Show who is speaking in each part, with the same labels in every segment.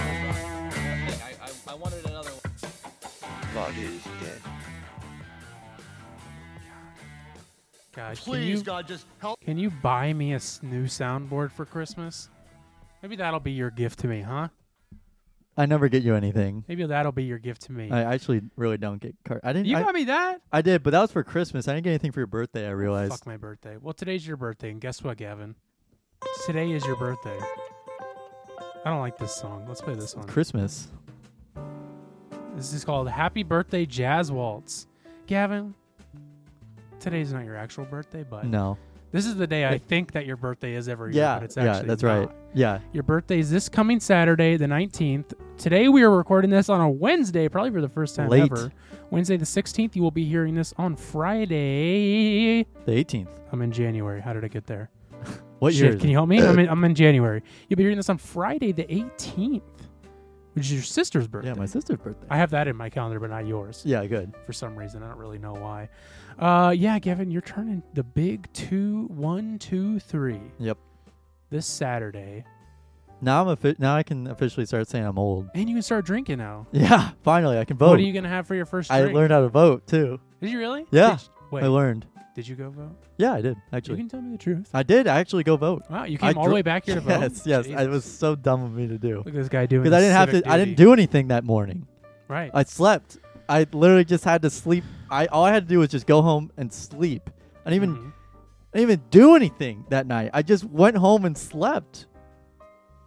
Speaker 1: I, I, I wanted another one.
Speaker 2: Vod is dead.
Speaker 3: God, can
Speaker 4: Please,
Speaker 3: you,
Speaker 4: God, just help.
Speaker 3: can you buy me a s- new soundboard for Christmas? Maybe that'll be your gift to me, huh?
Speaker 5: I never get you anything.
Speaker 3: Maybe that'll be your gift to me.
Speaker 5: I actually really don't get cards. I didn't.
Speaker 3: you
Speaker 5: I,
Speaker 3: got me that?
Speaker 5: I did, but that was for Christmas. I didn't get anything for your birthday. I realized.
Speaker 3: Oh, Fuck my birthday. Well, today's your birthday, and guess what, Gavin? Today is your birthday. I don't like this song. Let's play this one.
Speaker 5: Christmas.
Speaker 3: This is called Happy Birthday Jazz Waltz. Gavin, today's not your actual birthday, but
Speaker 5: No.
Speaker 3: this is the day I think that your birthday is every year.
Speaker 5: Yeah.
Speaker 3: but it's
Speaker 5: Yeah.
Speaker 3: actually
Speaker 5: That's
Speaker 3: not.
Speaker 5: right. Yeah.
Speaker 3: Your birthday is this coming Saturday, the 19th. Today we are recording this on a Wednesday, probably for the first time
Speaker 5: Late.
Speaker 3: ever. Wednesday the 16th. You will be hearing this on Friday.
Speaker 5: The 18th.
Speaker 3: I'm in January. How did I get there?
Speaker 5: What
Speaker 3: Shit,
Speaker 5: year? is
Speaker 3: Can
Speaker 5: it?
Speaker 3: you help me? I'm in, I'm in January. You'll be hearing this on Friday the 18th, which is your sister's birthday.
Speaker 5: Yeah, my sister's birthday.
Speaker 3: I have that in my calendar, but not yours
Speaker 5: yeah. Good.
Speaker 3: for some reason. I don't really know why. Uh, yeah, Gavin, you're turning the big two, one, two, three
Speaker 5: Yep.
Speaker 3: this
Speaker 5: this
Speaker 3: Saturday,
Speaker 5: Now I'm offi- now I can officially start saying I'm old.
Speaker 3: and you can start drinking now.
Speaker 5: Yeah, finally I can vote.
Speaker 3: What are you gonna have for your first
Speaker 5: I
Speaker 3: drink?
Speaker 5: learned how to vote too.
Speaker 3: Did you really?
Speaker 5: Yeah,
Speaker 3: Did you- wait,
Speaker 5: I learned.
Speaker 3: did you go vote?
Speaker 5: Yeah, I did
Speaker 3: You
Speaker 5: actually.
Speaker 3: can tell me the truth.
Speaker 5: I did actually go vote.
Speaker 3: Wow, you
Speaker 5: I
Speaker 3: came all the
Speaker 5: dro-
Speaker 3: way back here to vote.
Speaker 5: Yes, yes. I
Speaker 3: Jesus.
Speaker 5: was so dumb of me to do
Speaker 3: Look at this guy doing.
Speaker 5: because I
Speaker 3: his
Speaker 5: didn't have to.
Speaker 3: civic
Speaker 5: I
Speaker 3: duty.
Speaker 5: didn't do anything that morning.
Speaker 3: right.
Speaker 5: I slept. I literally just had to sleep. I all I had to do was just go home and sleep. I didn't even
Speaker 3: Mhm.
Speaker 5: I didn't even do anything that night. I just went home and slept.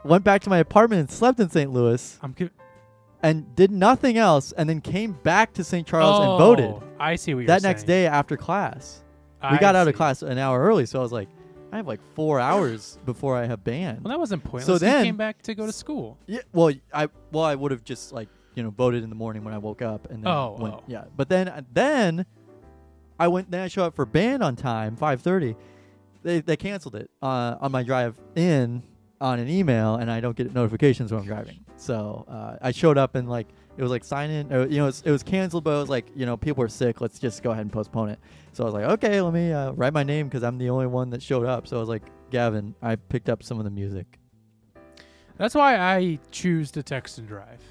Speaker 5: Went back to my apartment and slept in St. Louis
Speaker 3: I'm. co-
Speaker 5: and did nothing else and then came back to St. Charles and voted.
Speaker 3: Oh, I see what you're
Speaker 5: that next
Speaker 3: saying.
Speaker 5: day after class. we
Speaker 3: I
Speaker 5: got out of
Speaker 3: see.
Speaker 5: class an hour early, so I was like, I have like four hours before I have band.
Speaker 3: Well, that wasn't pointless.
Speaker 5: So then-
Speaker 3: you came back to go to school.
Speaker 5: yeah, well, I well I would have just like you know voted in the morning when I woke up and then
Speaker 3: Oh,
Speaker 5: went,
Speaker 3: oh.
Speaker 5: yeah. But then uh, then I went then I showed up for band on time five thirty. They they canceled it uh, on my drive in on an email and I don't get notifications when I'm driving. So uh, I showed up and like it was like sign in or, you know it was, it was canceled but it was like you know people are sick let's just go ahead and postpone it. So I was like okay let me uh, write my name because I'm the only one that showed up. So I was like Gavin I picked up some of the music.
Speaker 3: That's why I choose to text and drive.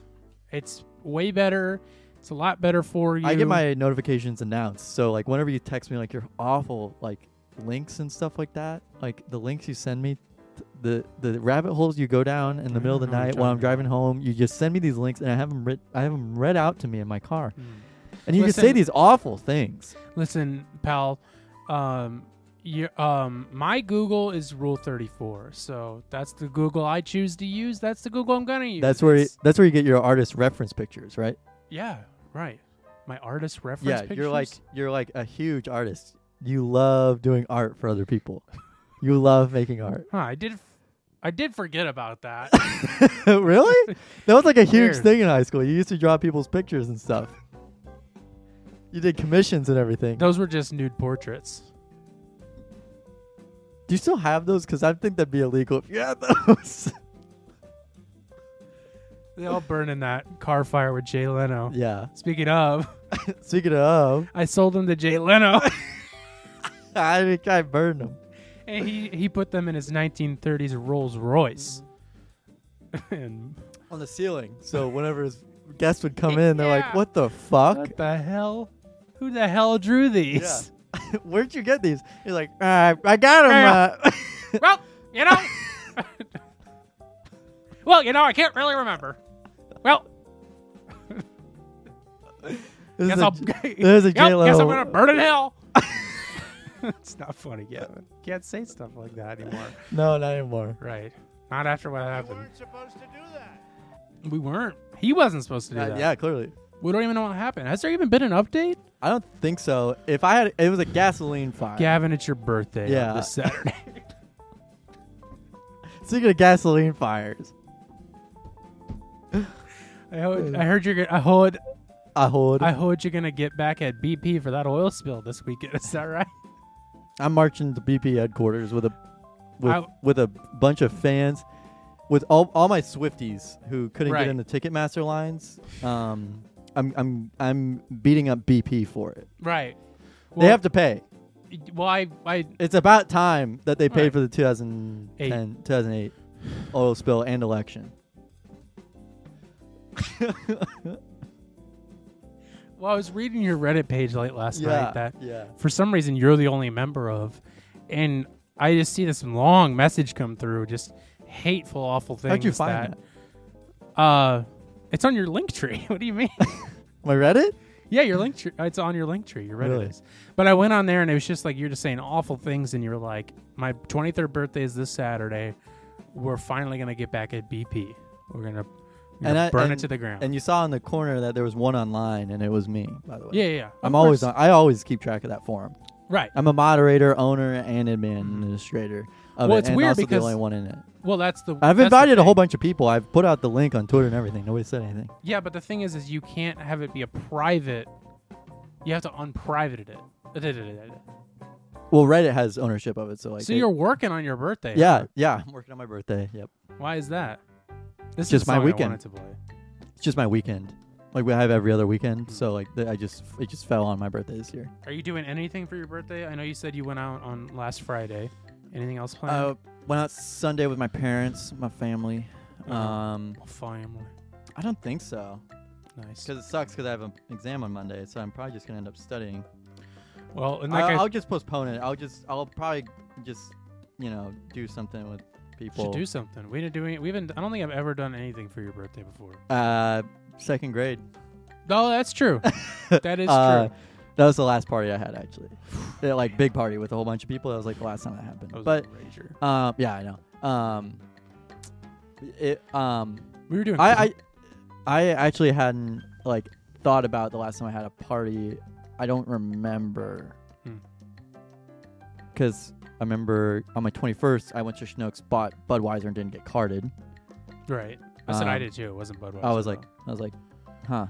Speaker 3: It's way better. It's a lot better for you.
Speaker 5: I get my notifications announced. So like whenever you text me like your awful like links and stuff like that, like the links you send me, th- the the rabbit holes you go down in the middle of the
Speaker 3: don't know what
Speaker 5: night
Speaker 3: you're
Speaker 5: while I'm
Speaker 3: talking about.
Speaker 5: driving home, you just send me these links and I have them read I have 'em read out to me in my car.
Speaker 3: Mm.
Speaker 5: And you just say
Speaker 3: Listen-
Speaker 5: these awful things.
Speaker 3: Listen, pal. Um, you, um, my Google is Rule Thirty Four, so that's the Google I choose to use. That's the Google I'm gonna use.
Speaker 5: That's where you,
Speaker 3: It's-
Speaker 5: that's where you get your artist reference pictures, right?
Speaker 3: yeah, right. My artist reference.
Speaker 5: yeah,
Speaker 3: pictures?
Speaker 5: you're like you're like a huge artist. You love doing art for other people. you love making art.
Speaker 3: Huh, I did. f- I did forget about that.
Speaker 5: really? That was like a huge
Speaker 3: Weird.
Speaker 5: thing in high school. You used to draw people's pictures and stuff. You did commissions and everything.
Speaker 3: Those were just nude portraits.
Speaker 5: Do you still have those? Because I think that'd be illegal if you had those.
Speaker 3: They all burned in that car fire with Jay Leno.
Speaker 5: yeah.
Speaker 3: Speaking of,
Speaker 5: Speaking of,
Speaker 3: I sold them to Jay Leno.
Speaker 5: I think I burned them.
Speaker 3: And he, he put them in his 1930s Rolls Royce. and
Speaker 5: On the ceiling. So whenever his guests would come in, they're like,
Speaker 3: Yeah.
Speaker 5: what the fuck?
Speaker 3: what the hell? Who the hell drew
Speaker 5: Yeah.
Speaker 3: these?
Speaker 5: Where'd you get these? You're like, uh, I got them. Uh.
Speaker 3: Well, you know. well, you know, I can't really remember. Well,
Speaker 5: This
Speaker 3: guess
Speaker 5: is a
Speaker 3: I'll.
Speaker 5: J- there's a
Speaker 3: Yep,
Speaker 5: J-Lo.
Speaker 3: Guess I'm gonna burn in hell. it's not funny, Gavin. Can't say stuff like that anymore.
Speaker 5: No, not anymore.
Speaker 3: Right. Not after what happened.
Speaker 4: supposed to do that.
Speaker 3: We weren't. He wasn't supposed to do
Speaker 5: Uh,
Speaker 3: that.
Speaker 5: yeah, clearly.
Speaker 3: We don't even know what happened. Has there even been an update?
Speaker 5: I don't think so. If I had, it was a gasoline fire.
Speaker 3: Gavin, it's your birthday. on
Speaker 5: Yeah.
Speaker 3: this Saturday.
Speaker 5: Speaking of gasoline fires,
Speaker 3: I, heard, I heard you're. gonna- I heard.
Speaker 5: I hold.
Speaker 3: I
Speaker 5: I,
Speaker 3: heard you're gonna get back at BP for that oil spill this weekend. Is that right?
Speaker 5: am marching to BP headquarters with a with,
Speaker 3: I-
Speaker 5: with a bunch of fans, with all, all my Swifties who couldn't
Speaker 3: Right.
Speaker 5: get in the Ticketmaster lines. Um, I'm I'm I'm beating up BP for it.
Speaker 3: Right. Well,
Speaker 5: they have to pay.
Speaker 3: Well, I. I
Speaker 5: It's about time that they paid
Speaker 3: Right.
Speaker 5: for the 2010, 2008 oil spill and election.
Speaker 3: well, I was reading your Reddit page late last night that
Speaker 5: yeah.
Speaker 3: for some reason you're the only member of, and I just see this long message come through, just hateful, awful things.
Speaker 5: How'd you find that?
Speaker 3: Uh, it's on your link tree. what do you mean?
Speaker 5: My Reddit?
Speaker 3: yeah, your link tree. It's on your link tree. Your Reddit
Speaker 5: Really?
Speaker 3: is. But I went on there and it was just like you're just saying awful things, and you're like, my 23rd birthday is this Saturday. We're finally gonna get back at BP. We're gonna, we're
Speaker 5: And
Speaker 3: gonna
Speaker 5: I-
Speaker 3: burn it
Speaker 5: and-
Speaker 3: to the ground.
Speaker 5: And you saw in the corner that there was one online, and it was me. By the way,
Speaker 3: yeah, yeah, yeah.
Speaker 5: I'm
Speaker 3: Of
Speaker 5: always on,
Speaker 3: course.
Speaker 5: I always keep track of that forum.
Speaker 3: right.
Speaker 5: I'm a moderator, owner, and admin administrator. Of
Speaker 3: Well,
Speaker 5: it,
Speaker 3: it's
Speaker 5: and
Speaker 3: weird
Speaker 5: also
Speaker 3: because-
Speaker 5: the only one in it.
Speaker 3: Well, that's the. that's
Speaker 5: I've
Speaker 3: the
Speaker 5: invited a
Speaker 3: thing.
Speaker 5: whole bunch of people. I've put out the link on Twitter and everything. Nobody said anything.
Speaker 3: Yeah, but the thing is, is you can't have it be a private. You have to unprivate it.
Speaker 5: Well, Reddit has ownership of it, so like,
Speaker 3: So
Speaker 5: they-
Speaker 3: you're working on your birthday.
Speaker 5: yeah, yeah. I'm working on my birthday. Yep,
Speaker 3: Why is that? This
Speaker 5: Just
Speaker 3: is the
Speaker 5: my
Speaker 3: song I
Speaker 5: weekend.
Speaker 3: wanted to play.
Speaker 5: it's just my weekend. Like we have every other
Speaker 3: Mm-hmm.
Speaker 5: weekend, so like th- I just it just fell on my birthday this year.
Speaker 3: Are you doing anything for your birthday? I know you said you went out on last Friday. Anything else planned?
Speaker 5: Uh, went out Sunday with my parents, my family.
Speaker 3: Mhm.
Speaker 5: Um,
Speaker 3: Oh, family.
Speaker 5: I don't think so.
Speaker 3: Nice.
Speaker 5: Because it sucks because I have an exam on Monday, so I'm probably just gonna end up studying.
Speaker 3: Well, in that
Speaker 5: I,
Speaker 3: case,
Speaker 5: I'll just postpone it. I'll just I'll probably just you know do something with
Speaker 3: we
Speaker 5: people.
Speaker 3: should do something. We didn't do any, we haven't. I don't think I've ever done anything for your birthday before.
Speaker 5: uh, second grade.
Speaker 3: No, Oh, that's true. that is
Speaker 5: Uh,
Speaker 3: true.
Speaker 5: That was the last party I had actually. Yeah, like big party with a whole bunch of people. That was like the last time that happened.
Speaker 3: That was
Speaker 5: but
Speaker 3: a rager.
Speaker 5: um, yeah, I know. Um, it um,
Speaker 3: we were doing.
Speaker 5: I, I I actually hadn't like thought about the last time I had a party. I don't remember
Speaker 3: Hmm.
Speaker 5: because I remember on my 21st I went to Schnucks, bought Budweiser, and didn't get carded.
Speaker 3: right. I said I
Speaker 5: um,
Speaker 3: did too. It wasn't Budweiser.
Speaker 5: I was
Speaker 3: though.
Speaker 5: like, I was like, huh.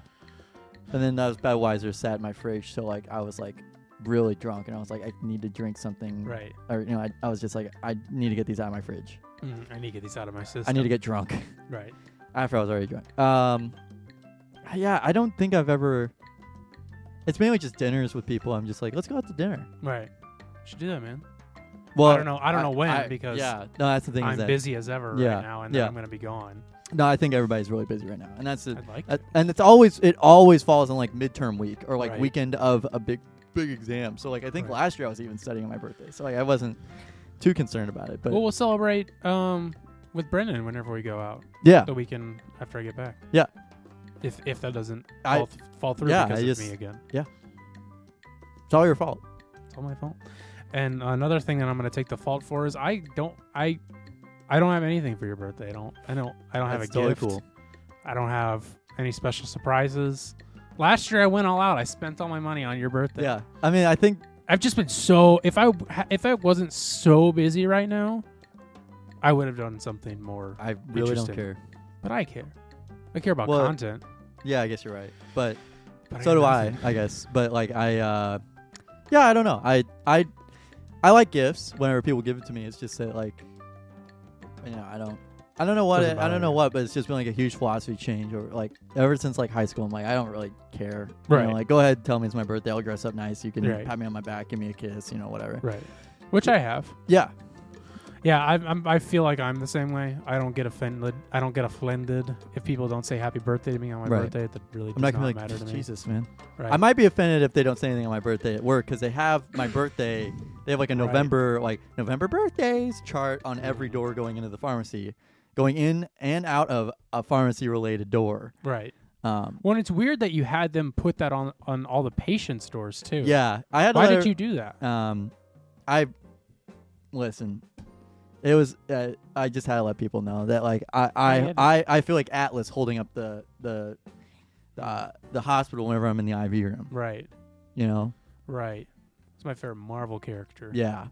Speaker 5: And then that was Budweiser sat in my fridge, so like I was like really drunk, and I was like, I need to drink something.
Speaker 3: right.
Speaker 5: Or you know, I, I was just like, I need to get these out of my fridge.
Speaker 3: Mm, I need to get these out of my system.
Speaker 5: I need to get drunk.
Speaker 3: right.
Speaker 5: after I was already drunk. Um, yeah, I don't think I've ever. It's mainly just dinners with people. I'm just like, let's go out to dinner.
Speaker 3: Right. Should do that, man.
Speaker 5: Well,
Speaker 3: don't know- I don't know when, because
Speaker 5: yeah, no, that's the thing.
Speaker 3: I'm
Speaker 5: is that,
Speaker 3: busy as ever
Speaker 5: Yeah,
Speaker 3: right now, and then
Speaker 5: yeah.
Speaker 3: I'm gonna be gone.
Speaker 5: No, I think everybody's really busy right now, and that's the,
Speaker 3: I'd like.
Speaker 5: uh,
Speaker 3: to.
Speaker 5: and it's always it always falls on like midterm week or like
Speaker 3: Right.
Speaker 5: weekend of a big big exam. So like I think
Speaker 3: Right.
Speaker 5: last year I was even studying on my birthday, so like I wasn't too concerned about it. But
Speaker 3: well, we'll celebrate um with Brendan whenever we go out
Speaker 5: yeah,
Speaker 3: the weekend after I get back.
Speaker 5: Yeah.
Speaker 3: If if that doesn't
Speaker 5: I-
Speaker 3: fall, th- fall through
Speaker 5: yeah,
Speaker 3: because
Speaker 5: I
Speaker 3: of
Speaker 5: just-
Speaker 3: me again,
Speaker 5: it's all your fault.
Speaker 3: it's all my fault. And another thing that I'm gonna take the fault for is I don't I I don't have anything for your birthday. I don't I don't I don't have a
Speaker 5: That's totally
Speaker 3: gift.
Speaker 5: cool.
Speaker 3: I don't have any special surprises. Last year I went all out. I spent all my money on your birthday.
Speaker 5: Yeah, I mean, I think
Speaker 3: I've just been so if I if I wasn't so busy right now, I would have done something more.
Speaker 5: I really don't
Speaker 3: Interesting.
Speaker 5: care.
Speaker 3: But I care. I care about
Speaker 5: Well,
Speaker 3: content.
Speaker 5: Yeah, I guess you're right, but.
Speaker 3: But
Speaker 5: so do
Speaker 3: got
Speaker 5: I,
Speaker 3: nothing.
Speaker 5: I guess. But like I, uh, yeah, I don't know. I I I like gifts. Whenever people give it to me, it's just that like, you know, I don't. I don't know what
Speaker 3: Doesn't
Speaker 5: it, I
Speaker 3: bother
Speaker 5: don't know
Speaker 3: you.
Speaker 5: what, but it's just been like a huge philosophy change. Or like ever since like high school, I'm like I don't really care. You know,
Speaker 3: Right.
Speaker 5: like go ahead, tell me it's my birthday. I'll dress up nice. You can
Speaker 3: Right.
Speaker 5: pat me on my back, give me a kiss. You know, whatever.
Speaker 3: Right. Which I have.
Speaker 5: Yeah.
Speaker 3: Yeah, I, I'm, I feel like I'm the same way. I don't get offended. I don't get offended if people don't say happy birthday to me on my
Speaker 5: Right.
Speaker 3: birthday. That really
Speaker 5: I'm
Speaker 3: does
Speaker 5: not
Speaker 3: not,
Speaker 5: gonna be
Speaker 3: matter to
Speaker 5: like
Speaker 3: me.
Speaker 5: Jesus, man.
Speaker 3: Right.
Speaker 5: I might be offended if they don't say anything on my birthday at work because they have my birthday. They have like a
Speaker 3: Right.
Speaker 5: November, like November birthdays chart on every door going into the pharmacy, going in and out of a pharmacy related door.
Speaker 3: right.
Speaker 5: Um,
Speaker 3: Well, and it's weird that you had them put that on on all the patient stores too.
Speaker 5: yeah, I had. a
Speaker 3: Why did
Speaker 5: letter-
Speaker 3: you do that?
Speaker 5: Um, I listen. It was. Uh, I just had to let people know that, like, I,
Speaker 3: I
Speaker 5: I,
Speaker 3: had-
Speaker 5: I, I feel like Atlas holding up the the uh, the hospital whenever I'm in the IV room.
Speaker 3: Right.
Speaker 5: You know,
Speaker 3: Right. It's my favorite Marvel character.
Speaker 5: yeah,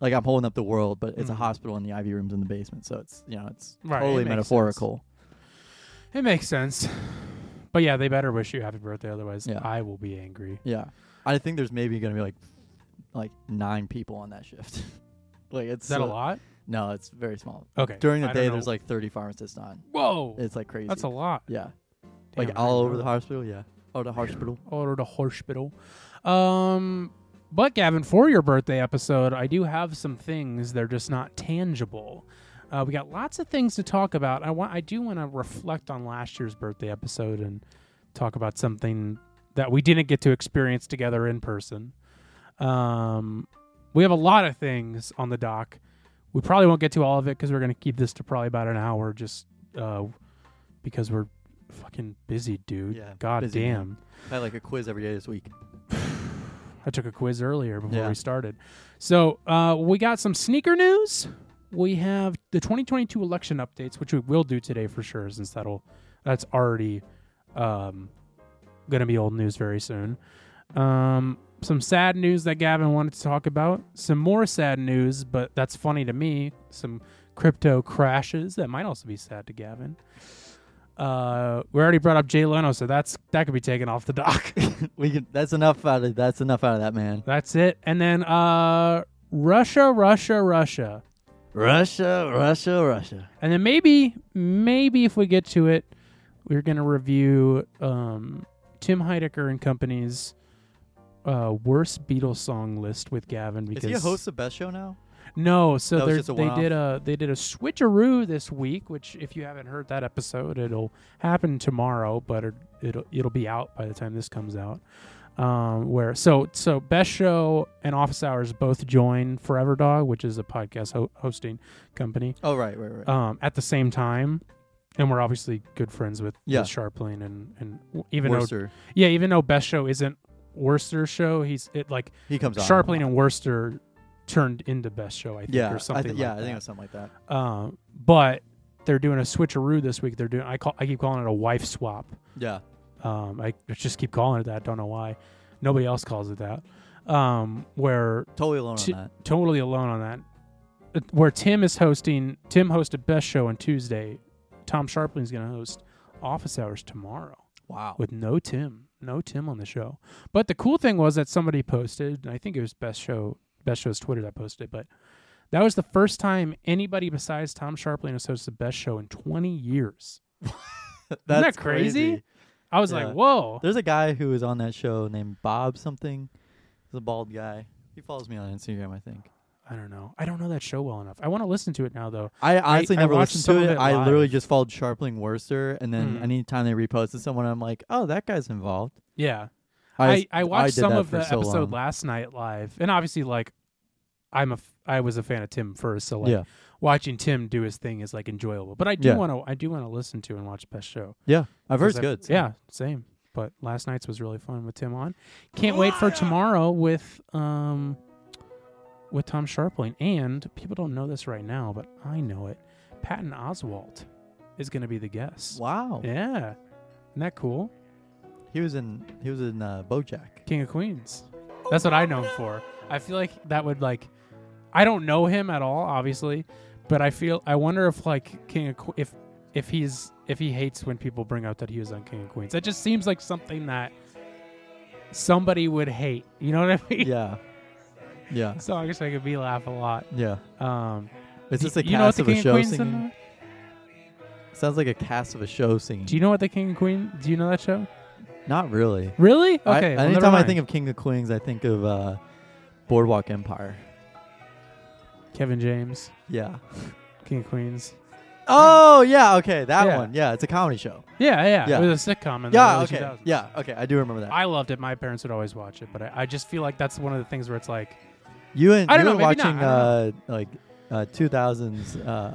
Speaker 5: like I'm holding up the world, but it's a
Speaker 3: Mhm.
Speaker 5: hospital and the IV room's in the basement, so it's you know it's
Speaker 3: Right, it
Speaker 5: totally
Speaker 3: makes
Speaker 5: metaphorical.
Speaker 3: It makes sense. But yeah, they better wish you happy birthday, otherwise
Speaker 5: Yeah.
Speaker 3: I will be angry.
Speaker 5: Yeah, I think there's maybe gonna be like like nine people on that shift. like it's
Speaker 3: Is that a
Speaker 5: uh,
Speaker 3: lot?
Speaker 5: No, it's very small.
Speaker 3: Okay.
Speaker 5: During the
Speaker 3: I don't
Speaker 5: day,
Speaker 3: know.
Speaker 5: there's like 30 pharmacists on.
Speaker 3: whoa,
Speaker 5: It's like crazy.
Speaker 3: that's a lot.
Speaker 5: yeah,
Speaker 3: Damn,
Speaker 5: like
Speaker 3: I
Speaker 5: all
Speaker 3: didn't
Speaker 5: over
Speaker 3: know
Speaker 5: the hospital. Yeah, all the hospital.
Speaker 3: or the hospital. Um, but Gavin, for your birthday episode, I do have some things. They're just not tangible. Uh, we got lots of things to talk about. I want. I do want to reflect on last year's birthday episode and talk about something that we didn't get to experience together in person. Um, we have a lot of things on the dock. We probably won't get to all of it because we're going to keep this to probably about an hour, just uh, because we're fucking busy, dude.
Speaker 5: Yeah,
Speaker 3: God
Speaker 5: busy, man.
Speaker 3: damn.
Speaker 5: I had like a quiz every day this week.
Speaker 3: I took a quiz earlier before
Speaker 5: Yeah.
Speaker 3: we started. So uh, we got some sneaker news. We have the 2022 election updates, which we will do today for sure, since that'll that's already um, going to be old news very soon. Um, some sad news that Gavin wanted to talk about. Some more sad news, but that's funny to me. Some crypto crashes that might also be sad to Gavin. Uh, we already brought up Jay Leno, so that's that could be taken off the dock.
Speaker 5: we can. That's enough out of. That's enough out of that man.
Speaker 3: That's it. And then uh Russia, Russia, Russia.
Speaker 5: Russia, Russia, Russia.
Speaker 3: And then maybe maybe if we get to it, we're gonna review um Tim Heidecker and company's uh worst Beatles song list with Gavin because
Speaker 5: Is he a host of Best Show now?
Speaker 3: No, so
Speaker 5: That was
Speaker 3: they're-
Speaker 5: just a
Speaker 3: they
Speaker 5: one-off?
Speaker 3: did a they did a switcheroo this week, which if you haven't heard that episode, it'll happen tomorrow, but it- it'll it'll be out by the time this comes out. Um, where so so best show and office hours both join Forever Dog, which is a podcast ho- hosting company,
Speaker 5: Oh right, right, right.
Speaker 3: um, at the same time, and we're obviously good friends with,
Speaker 5: Yeah.
Speaker 3: with Sharpling and and even
Speaker 5: Worcester.
Speaker 3: though yeah, even though best show isn't Worcester show, he's it like
Speaker 5: he comes on.
Speaker 3: Sharpling and Worcester turned into Best Show, I think,
Speaker 5: Yeah,
Speaker 3: or something.
Speaker 5: I thi- yeah,
Speaker 3: like
Speaker 5: I think it
Speaker 3: that.
Speaker 5: was something like that.
Speaker 3: Um, but they're doing a switcheroo this week. They're doing I call I keep calling it a wife swap.
Speaker 5: Yeah,
Speaker 3: Um, I just keep calling it that. Don't know why. Nobody else calls it that. Um, where
Speaker 5: totally alone
Speaker 3: Ti-
Speaker 5: on that.
Speaker 3: totally alone on that. Uh, Where Tim is hosting, Tim hosted Best Show on Tuesday. Tom Sharpling's going to host Office Hours tomorrow
Speaker 5: Wow.
Speaker 3: with no Tim, no Tim on the show. But the cool thing was that somebody posted, and I think it was Best Show, Best Show's Twitter that posted, but that was the first time anybody besides Tom Sharpling has hosted Best Show in 20 years.
Speaker 5: That's
Speaker 3: that crazy?
Speaker 5: crazy.
Speaker 3: I was
Speaker 5: Yeah.
Speaker 3: like, whoa.
Speaker 5: There's a guy who was on that show named Bob something. He's a bald guy. He follows me on Instagram, I think.
Speaker 3: I don't know. I don't know that show well enough. I want to listen to it now, though.
Speaker 5: I honestly
Speaker 3: I
Speaker 5: never
Speaker 3: watched
Speaker 5: listened
Speaker 3: some
Speaker 5: to
Speaker 3: of
Speaker 5: it.
Speaker 3: it
Speaker 5: I literally
Speaker 3: live.
Speaker 5: just followed Sharpling Worcester, and then
Speaker 3: Mm.
Speaker 5: anytime they reposted someone, I'm like, oh, that guy's involved.
Speaker 3: Yeah. I, I watched
Speaker 5: did
Speaker 3: some
Speaker 5: that
Speaker 3: of
Speaker 5: for
Speaker 3: the
Speaker 5: so
Speaker 3: episode
Speaker 5: long.
Speaker 3: last night live, and obviously, like, I'm a f- I was a fan of Tim first, so like
Speaker 5: Yeah.
Speaker 3: watching Tim do his thing is like enjoyable. But I do
Speaker 5: Yeah.
Speaker 3: want to I do want to listen to and watch Best Show.
Speaker 5: Yeah, I've heard
Speaker 3: Because
Speaker 5: it's
Speaker 3: I've-
Speaker 5: good. so-
Speaker 3: Yeah, same. But last night's was really fun with Tim on. Can't wait for tomorrow with um with Tom Sharpling. And people don't know this right now, but I know it. Patton Oswalt is going to be the guest.
Speaker 5: Wow.
Speaker 3: Yeah, isn't that cool?
Speaker 5: He was in. He was in uh, BoJack.
Speaker 3: King of Queens. That's what I know him for. I feel like that would like I don't know him at all, obviously, but I feel I wonder if like King of Que- if if he's if he hates when people bring out that he was on King of Queens. That just seems like something that somebody would hate. You know what I mean?
Speaker 5: Yeah. Yeah.
Speaker 3: So I guess I could be laugh a lot.
Speaker 5: Yeah.
Speaker 3: Um,
Speaker 5: Is
Speaker 3: do-
Speaker 5: this a
Speaker 3: you know what
Speaker 5: cast
Speaker 3: the
Speaker 5: of a
Speaker 3: King
Speaker 5: show
Speaker 3: Queens
Speaker 5: singing?
Speaker 3: are?
Speaker 5: Sounds like a cast of a show singing.
Speaker 3: Do you know what the King of Queen? Do you know that show?
Speaker 5: Not really.
Speaker 3: Really? Okay.
Speaker 5: I-
Speaker 3: well, never
Speaker 5: anytime I
Speaker 3: mind.
Speaker 5: think of King of Queens, I think of uh, Boardwalk Empire.
Speaker 3: Kevin James,
Speaker 5: Yeah.
Speaker 3: King of Queens.
Speaker 5: Oh yeah. Okay, that
Speaker 3: Yeah.
Speaker 5: one. Yeah, it's a comedy show.
Speaker 3: Yeah, yeah.
Speaker 5: Yeah.
Speaker 3: It was a sitcom in the
Speaker 5: Yeah.
Speaker 3: early
Speaker 5: Okay.
Speaker 3: 2000s.
Speaker 5: Yeah. Okay. I do remember that.
Speaker 3: I loved it. My parents would always watch it, but I, I just feel like that's one of the things where it's like,
Speaker 5: you and
Speaker 3: I don't
Speaker 5: you
Speaker 3: know,
Speaker 5: were
Speaker 3: maybe not,
Speaker 5: watching
Speaker 3: I
Speaker 5: uh, like uh, 2000s. Uh,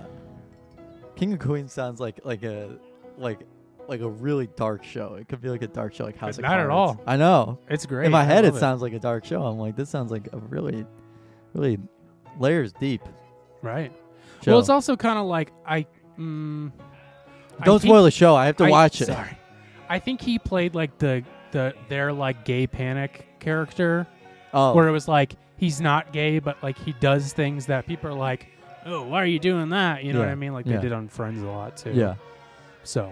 Speaker 5: King of Queens sounds like like a like like a really dark show. It could be like a dark show, like House of
Speaker 3: Not at
Speaker 5: Cards.
Speaker 3: all.
Speaker 5: I know.
Speaker 3: it's great.
Speaker 5: in my
Speaker 3: I
Speaker 5: head it
Speaker 3: love
Speaker 5: sounds like a dark show i'm like this sounds like a really really layers deep
Speaker 3: right.
Speaker 5: show
Speaker 3: Well, it's also kind of like I. Mm, I
Speaker 5: don't
Speaker 3: keep-
Speaker 5: spoil the show i have to
Speaker 3: I-
Speaker 5: watch it
Speaker 3: Sorry, I think he played like the the their like gay panic character,
Speaker 5: Oh,
Speaker 3: where it was like he's not gay, but like he does things that people are like, "Oh, why are you doing that?" You know what
Speaker 5: Yeah.
Speaker 3: I mean? Like they
Speaker 5: Yeah.
Speaker 3: did on Friends a lot too.
Speaker 5: yeah,
Speaker 3: So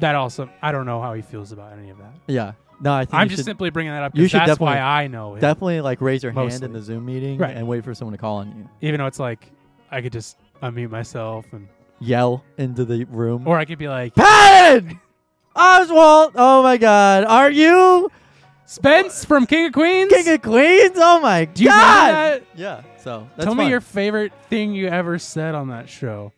Speaker 3: that also, I don't know how he feels about any of that.
Speaker 5: yeah. No, I think
Speaker 3: I'm
Speaker 5: you
Speaker 3: just
Speaker 5: should
Speaker 3: simply bringing that up
Speaker 5: you
Speaker 3: because
Speaker 5: should
Speaker 3: that's why
Speaker 5: definitely-
Speaker 3: I know it.
Speaker 5: definitely like raise your hand
Speaker 3: Mostly.
Speaker 5: in the Zoom meeting
Speaker 3: Right.
Speaker 5: and wait for someone to call on you.
Speaker 3: Even though it's like I could just unmute myself and,
Speaker 5: Yell into the room.
Speaker 3: or I could be like,
Speaker 5: Patton! Oswald! Oh my god. Are you
Speaker 3: Spence from King of Queens.
Speaker 5: King of Queens? Oh my
Speaker 3: Do you
Speaker 5: god.
Speaker 3: remember that?
Speaker 5: Yeah. So that's
Speaker 3: Tell me
Speaker 5: fun.
Speaker 3: your favorite thing you ever said on that show.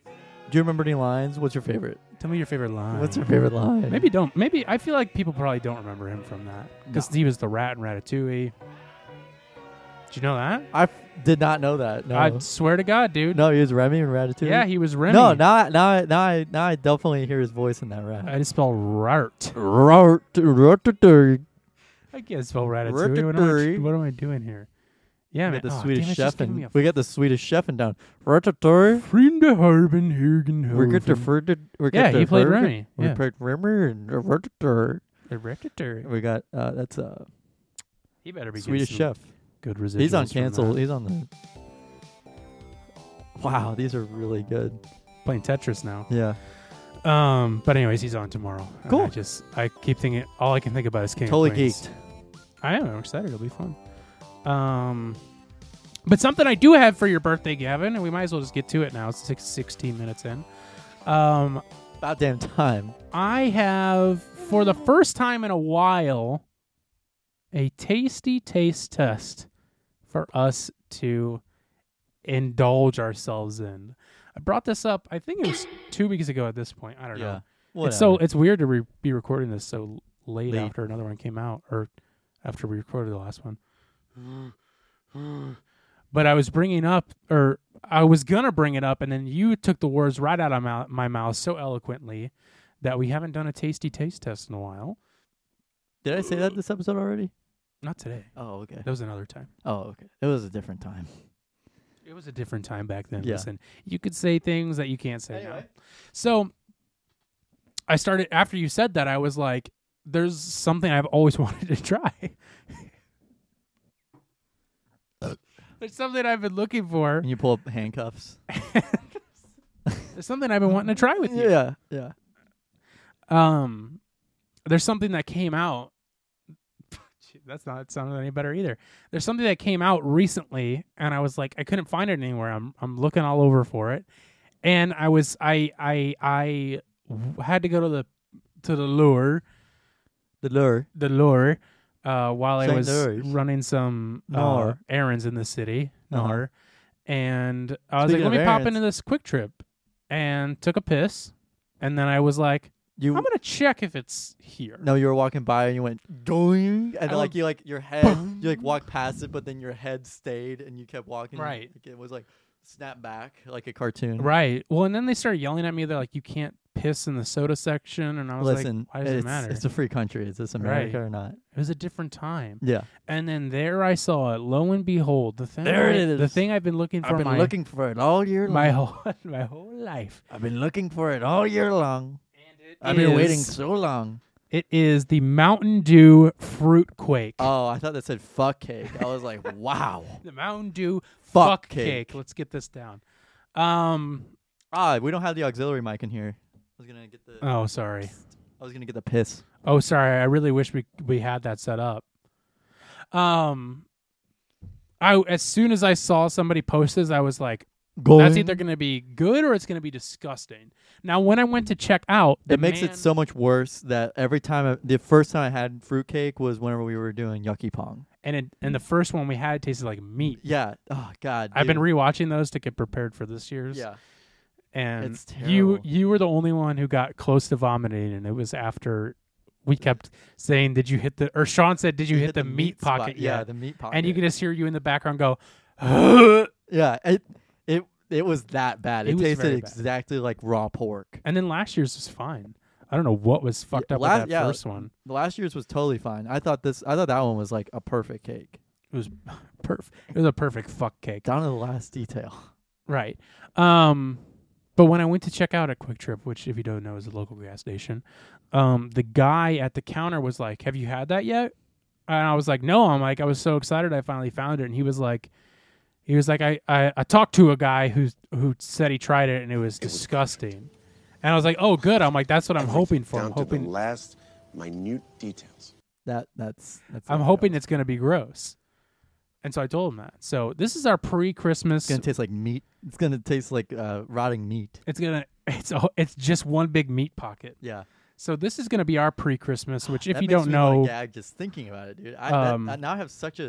Speaker 5: Do you remember any lines? What's your favorite?
Speaker 3: Tell me your favorite line.
Speaker 5: What's your favorite line?
Speaker 3: Maybe don't. Maybe I feel like people probably don't remember him from that because he was the rat in Ratatouille. Did you know that?
Speaker 5: I f- did not know that. No.
Speaker 3: I swear to God, dude.
Speaker 5: no, he was Remy in Ratatouille.
Speaker 3: yeah, he was Remy.
Speaker 5: No, now, I- now, I- now, I, now I definitely hear his voice in that rap.
Speaker 3: I just spell rat.
Speaker 5: Ratatouille.
Speaker 3: I can't spell Ratatouille. What am, I,
Speaker 5: Ratatouille.
Speaker 3: what am I doing here? Yeah,
Speaker 5: We
Speaker 3: man.
Speaker 5: got the
Speaker 3: oh,
Speaker 5: Swedish
Speaker 3: damn, it's just
Speaker 5: chef
Speaker 3: giving me
Speaker 5: in.
Speaker 3: a
Speaker 5: We got the Swedish chef in down. Ratatouille.
Speaker 3: Friendehoven, Hugenhoven.
Speaker 5: We get the fruit. We
Speaker 3: Yeah,
Speaker 5: get the
Speaker 3: he played
Speaker 5: fruit-
Speaker 3: Remy.
Speaker 5: We
Speaker 3: Yeah.
Speaker 5: played Remy and Ratatouille.
Speaker 3: The Ratatouille.
Speaker 5: We got uh, that's uh,
Speaker 3: He better be
Speaker 5: Swedish
Speaker 3: getting some
Speaker 5: chef.
Speaker 3: Good residuals.
Speaker 5: He's on
Speaker 3: from
Speaker 5: cancel.
Speaker 3: that.
Speaker 5: He's on the. Wow, these are really good.
Speaker 3: Playing Tetris now.
Speaker 5: Yeah,
Speaker 3: Um, but anyways, he's on tomorrow. And
Speaker 5: Cool.
Speaker 3: I just I keep thinking all I can think about is King. of
Speaker 5: totally
Speaker 3: Queens.
Speaker 5: geeked.
Speaker 3: I am. I'm excited. It'll be fun. Um, but something I do have for your birthday, Gavin, and we might as well just get to it now. It's six, 16 minutes in. Um,
Speaker 5: About damn time.
Speaker 3: I have, for the first time in a while, a tasty taste test for us to indulge ourselves in. I brought this up, I think it was two weeks ago at this point. I don't know. It's so
Speaker 5: Whatever.
Speaker 3: it's weird to re- be recording this so late,
Speaker 5: Late.
Speaker 3: after another one came out, or after we recorded the last one. but I was bringing up, or I was gonna bring it up, and then you took the words right out of my, my mouth so eloquently that we haven't done a tasty taste test in a while.
Speaker 5: Did I say that this episode already?
Speaker 3: Not today.
Speaker 5: Oh okay.
Speaker 3: That was another time.
Speaker 5: Oh okay. It was a different time.
Speaker 3: It was a different time back then.
Speaker 5: Yeah.
Speaker 3: Listen, you could say things that you can't say now. So I started after you said that I was like there's something I've always wanted to try. there's something I've been looking for.
Speaker 5: And you pull up handcuffs.
Speaker 3: There's something I've been wanting to try with you.
Speaker 5: yeah, yeah.
Speaker 3: Um there's something that came out that's not sounding any better either. There's something that came out recently and I was like I couldn't find it anywhere. I'm I'm looking all over for it. And I was I I I w- had to go to the to the lure
Speaker 5: The lure.
Speaker 3: the lure uh, while I
Speaker 5: St.
Speaker 3: was
Speaker 5: Louis.
Speaker 3: running some uh,
Speaker 5: Nar.
Speaker 3: errands in the city,
Speaker 5: Uh-huh.
Speaker 3: Nar. And I was
Speaker 5: Speaking
Speaker 3: like, let
Speaker 5: of
Speaker 3: me pop
Speaker 5: errands-
Speaker 3: into this quick trip and took a piss. And then I was like,
Speaker 5: You
Speaker 3: I'm going to check if it's here.
Speaker 5: no, you were walking by and you went going, and
Speaker 3: I
Speaker 5: then, like
Speaker 3: went,
Speaker 5: you like your head, you like walked past it, but then your head stayed and you kept walking.
Speaker 3: Right.
Speaker 5: Like, it was like snap back like a cartoon.
Speaker 3: Right. Well, and then they started yelling at me. They're like, you can't piss in the soda section. And I was
Speaker 5: Listen,
Speaker 3: like, why does
Speaker 5: it's,
Speaker 3: it matter?
Speaker 5: It's a free country. Is this America
Speaker 3: Right.
Speaker 5: or not?
Speaker 3: it was a different time.
Speaker 5: Yeah.
Speaker 3: And then there I saw it. Lo and behold, the thing,
Speaker 5: There
Speaker 3: I-
Speaker 5: it
Speaker 3: The
Speaker 5: is.
Speaker 3: thing I've been looking for
Speaker 5: I've been
Speaker 3: my,
Speaker 5: looking for it all year long.
Speaker 3: my, whole, my whole life.
Speaker 5: I've been looking for it all year long.
Speaker 3: And it
Speaker 5: I've been waiting
Speaker 3: is-
Speaker 5: so long.
Speaker 3: It is the Mountain Dew Fruit Quake.
Speaker 5: Oh, I thought that said fuck cake. I was like, wow.
Speaker 3: the Mountain Dew
Speaker 5: Fuck
Speaker 3: fuck cake.
Speaker 5: cake.
Speaker 3: Let's get this down. Um.
Speaker 5: Ah, we don't have the auxiliary mic in here. I was gonna get the.
Speaker 3: Oh, sorry.
Speaker 5: I was gonna get the piss.
Speaker 3: Oh, sorry. I really wish we we had that set up. Um. I as soon as I saw somebody post this, I was like, "That's either going to be good or it's going to be disgusting." Now, when I went to check out, the
Speaker 5: It makes
Speaker 3: man-
Speaker 5: it so much worse that every time I, the first time I had fruitcake was whenever we were doing Yucky Pong.
Speaker 3: and it, and the first one we had tasted like meat.
Speaker 5: Yeah. Oh God.
Speaker 3: I've been
Speaker 5: dude.
Speaker 3: rewatching those to get prepared for this year's.
Speaker 5: Yeah.
Speaker 3: and
Speaker 5: It's
Speaker 3: you
Speaker 5: terrible.
Speaker 3: you were the only one who got close to vomiting and it was after we kept saying did you hit the or sean said did you, hit, the, meat,
Speaker 5: spot-
Speaker 3: pocket
Speaker 5: Yeah.
Speaker 3: yet?"
Speaker 5: The meat pocket.
Speaker 3: and you could just hear you in the background go "Ugh,"
Speaker 5: Yeah. It. It. It was that bad.
Speaker 3: It
Speaker 5: It,
Speaker 3: was
Speaker 5: tasted
Speaker 3: very bad.
Speaker 5: exactly like raw pork.
Speaker 3: and then last year's was fine i don't know what was fucked up
Speaker 5: last-
Speaker 3: with that
Speaker 5: yeah.
Speaker 3: first one
Speaker 5: The last year's was totally fine. I thought this. I thought that one was like a perfect cake.
Speaker 3: it was perfect it was a perfect fuck cake
Speaker 5: Down to the last detail.
Speaker 3: right um But when I went to check out at Quick Trip, which if you don't know is a local gas station, um, the guy at the counter was like, "Have you had that yet?" And I was like, "No." I'm like, I was so excited I finally found it, and he was like, he was like, I I, I talked to a guy who who said he tried it and it was disgusting, and I was like, "Oh, good." I'm like, that's what I'm hoping for.
Speaker 4: down
Speaker 3: I'm
Speaker 4: to the
Speaker 3: hoping
Speaker 4: last minute details.
Speaker 5: That that's. that's
Speaker 3: I'm hoping it's gonna be gross. And so I told him that. So this is our pre-Christmas.
Speaker 5: It's gonna taste like meat. It's gonna taste like uh, rotting meat.
Speaker 3: It's gonna. It's a, it's just one big meat pocket.
Speaker 5: Yeah.
Speaker 3: So this is gonna be our pre-Christmas, which if
Speaker 5: Ah, That
Speaker 3: you
Speaker 5: makes
Speaker 3: don't
Speaker 5: me wanna
Speaker 3: know,
Speaker 5: gag just thinking about it, dude. I, that-
Speaker 3: Um,
Speaker 5: I now have such a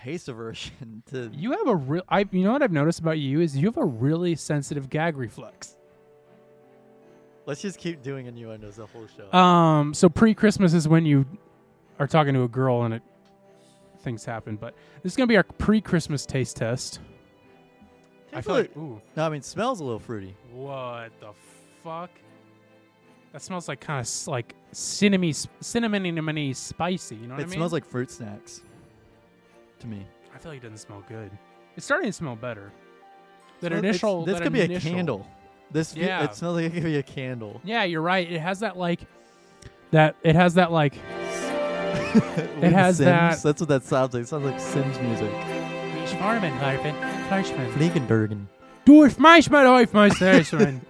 Speaker 5: taste aversion to.
Speaker 3: You have a real. I. You know what I've noticed about you is you have a really sensitive gag reflex.
Speaker 5: Let's just keep doing innuendos the whole show.
Speaker 3: Um. So pre Christmas is when you are talking to a girl and it things happen. But this is gonna be our pre Christmas taste test. I feel like. Ooh.
Speaker 5: no, I mean smells a little fruity.
Speaker 3: What the fuck? That smells like kind of like cinnamon, cinnamon, cinnamon, spicy. You know what
Speaker 5: it
Speaker 3: I mean?
Speaker 5: smells like fruit snacks. To me,
Speaker 3: I feel like it doesn't smell good. It's starting to smell better. That
Speaker 5: Well, it's-
Speaker 3: initial.
Speaker 5: This
Speaker 3: that
Speaker 5: could be a
Speaker 3: initial-
Speaker 5: candle. This fe-
Speaker 3: Yeah.
Speaker 5: it smells like it could be a candle.
Speaker 3: Yeah, you're right. It has that like. That it has that like.
Speaker 5: it
Speaker 3: has
Speaker 5: Sims.
Speaker 3: that-
Speaker 5: That's what that sounds like. It sounds like Sims music. Flinkenbergen.
Speaker 3: Durch mich mal auf mein Session.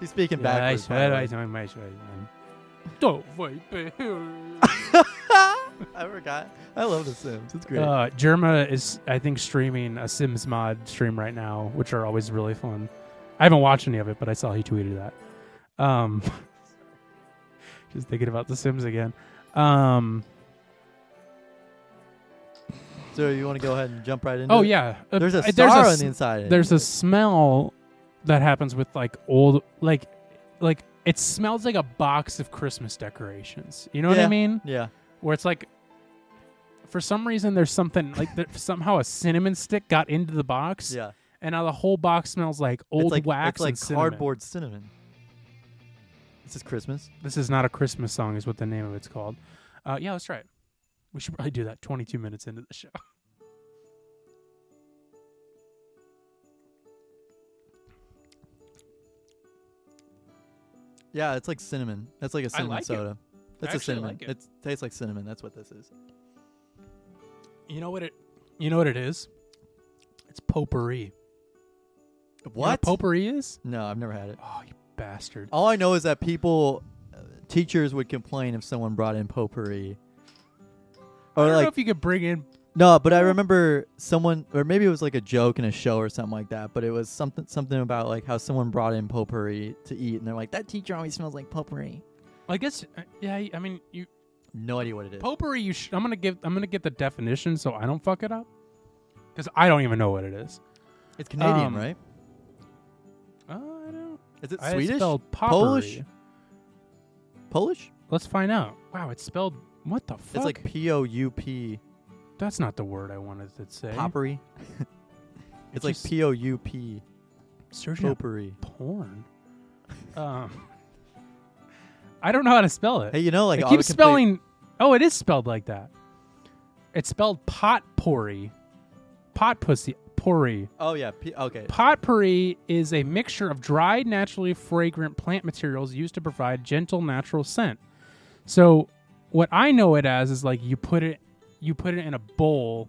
Speaker 5: He's speaking
Speaker 3: Ja,
Speaker 5: backwards.
Speaker 3: ich
Speaker 5: by the
Speaker 3: werde
Speaker 5: way.
Speaker 3: euch noch mal schreiben. Du Weibe.
Speaker 5: I forgot. I love The Sims. It's great.
Speaker 3: Uh, Germa is, I think, streaming a Sims mod stream right now, which are always really fun. I haven't watched any of it, but I saw he tweeted that. Um, just thinking about The Sims again. Um,
Speaker 5: so you want to go ahead and jump right into?
Speaker 3: oh
Speaker 5: it?
Speaker 3: yeah, Uh,
Speaker 5: There's a
Speaker 3: uh,
Speaker 5: star
Speaker 3: s-
Speaker 5: on the inside.
Speaker 3: there's a smell that happens with like old like like it smells like a box of christmas decorations you know what i
Speaker 5: Yeah.
Speaker 3: mean
Speaker 5: yeah.
Speaker 3: where it's like for some reason there's something like there, somehow a cinnamon stick got into the box
Speaker 5: Yeah.
Speaker 3: and now the whole box smells like old
Speaker 5: it's like,
Speaker 3: wax
Speaker 5: It's like
Speaker 3: and cinnamon.
Speaker 5: cardboard cinnamon. This is Christmas.
Speaker 3: this is not a christmas song is what the name of it's called uh, yeah let's try it we should probably do that 22 minutes into the show
Speaker 5: Yeah, it's like cinnamon. That's like a cinnamon
Speaker 3: like it.
Speaker 5: soda. That's a
Speaker 3: actually
Speaker 5: cinnamon.
Speaker 3: like it.
Speaker 5: tastes like cinnamon. That's what this is.
Speaker 3: you know what it you know what it is it's potpourri You know
Speaker 5: What?
Speaker 3: potpourri is
Speaker 5: no, I've never had it.
Speaker 3: oh you bastard
Speaker 5: All I know is that people, uh, teachers would complain if someone brought in potpourri.
Speaker 3: I
Speaker 5: Or
Speaker 3: don't know
Speaker 5: like
Speaker 3: if you could bring in.
Speaker 5: no, but I remember someone, or maybe it was like a joke in a show or something like that. But it was something something about like how someone brought in potpourri to eat, and they're like, "That teacher always smells like potpourri."
Speaker 3: I guess. uh, Yeah. I mean, you
Speaker 5: No idea what it is.
Speaker 3: potpourri. You. Sh- I'm gonna give. I'm gonna get the definition so I don't fuck it up. Because I don't even know what it is.
Speaker 5: it's Canadian,
Speaker 3: um,
Speaker 5: right?
Speaker 3: Uh, I don't.
Speaker 5: Is it
Speaker 3: I
Speaker 5: Swedish?
Speaker 3: spelled
Speaker 5: Polish?
Speaker 3: potpourri.
Speaker 5: Polish?
Speaker 3: Let's find out. Wow, it's spelled. What the fuck?
Speaker 5: It's like P O U P
Speaker 3: That's not the word I wanted to say.
Speaker 5: potpourri.
Speaker 3: It
Speaker 5: it's like
Speaker 3: Eh? just-
Speaker 5: P O U P
Speaker 3: Searching up
Speaker 5: potpourri.
Speaker 3: porn. um. I don't know how to spell it.
Speaker 5: Hey, you know, like
Speaker 3: it keeps
Speaker 5: autocomplete-
Speaker 3: spelling. Oh, it is spelled like that. It's spelled potpourri. Pot pussy. Pourri.
Speaker 5: Oh yeah, P- okay.
Speaker 3: Potpourri is a mixture of dried, naturally fragrant plant materials used to provide gentle, natural scent. So, what I know it as is like you put it, you put it in a bowl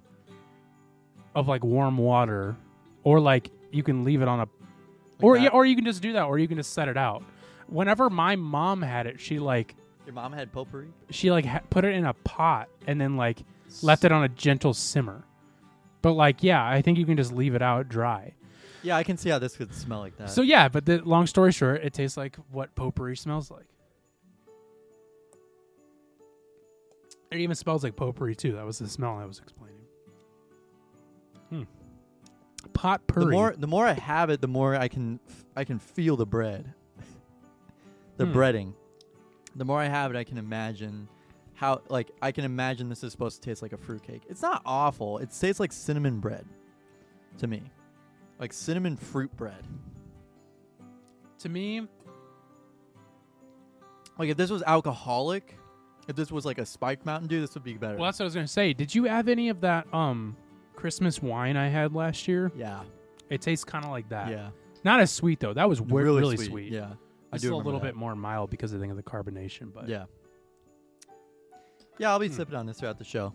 Speaker 3: of like warm water, or like you can leave it on a, or
Speaker 5: that?
Speaker 3: yeah, or you can just do that, or you can just set it out. Whenever my mom had it, she like
Speaker 5: Your mom had potpourri.
Speaker 3: she like ha- put it in a pot and then like left it on a gentle simmer. But like, yeah, I think you can just leave it out dry.
Speaker 5: Yeah, I can see how this could smell like that.
Speaker 3: So yeah, but the long story short, it tastes like what potpourri smells like. It even smells like potpourri too. That was the smell I was explaining. Hmm. Potpourri.
Speaker 5: the more the more I have it, the more I can f- I can feel the bread, the
Speaker 3: Hmm.
Speaker 5: breading. The more I have it, I can imagine how like I can imagine this is supposed to taste like a fruitcake. It's not awful. It tastes like cinnamon bread, to me, like cinnamon fruit bread.
Speaker 3: to me,
Speaker 5: Like if this was alcoholic, if this was like a spiked Mountain Dew, this would be better.
Speaker 3: well, that's what I was gonna say. Did you have any of that um Christmas wine I had last year?
Speaker 5: yeah,
Speaker 3: It tastes kind of like that.
Speaker 5: yeah.
Speaker 3: Not as sweet though. That was wi- really, sweet.
Speaker 5: Yeah, I
Speaker 3: This
Speaker 5: do
Speaker 3: is a
Speaker 5: remember
Speaker 3: little
Speaker 5: that.
Speaker 3: bit more mild because I think of the carbonation, but
Speaker 5: Yeah. Yeah, I'll be sipping on this throughout the show.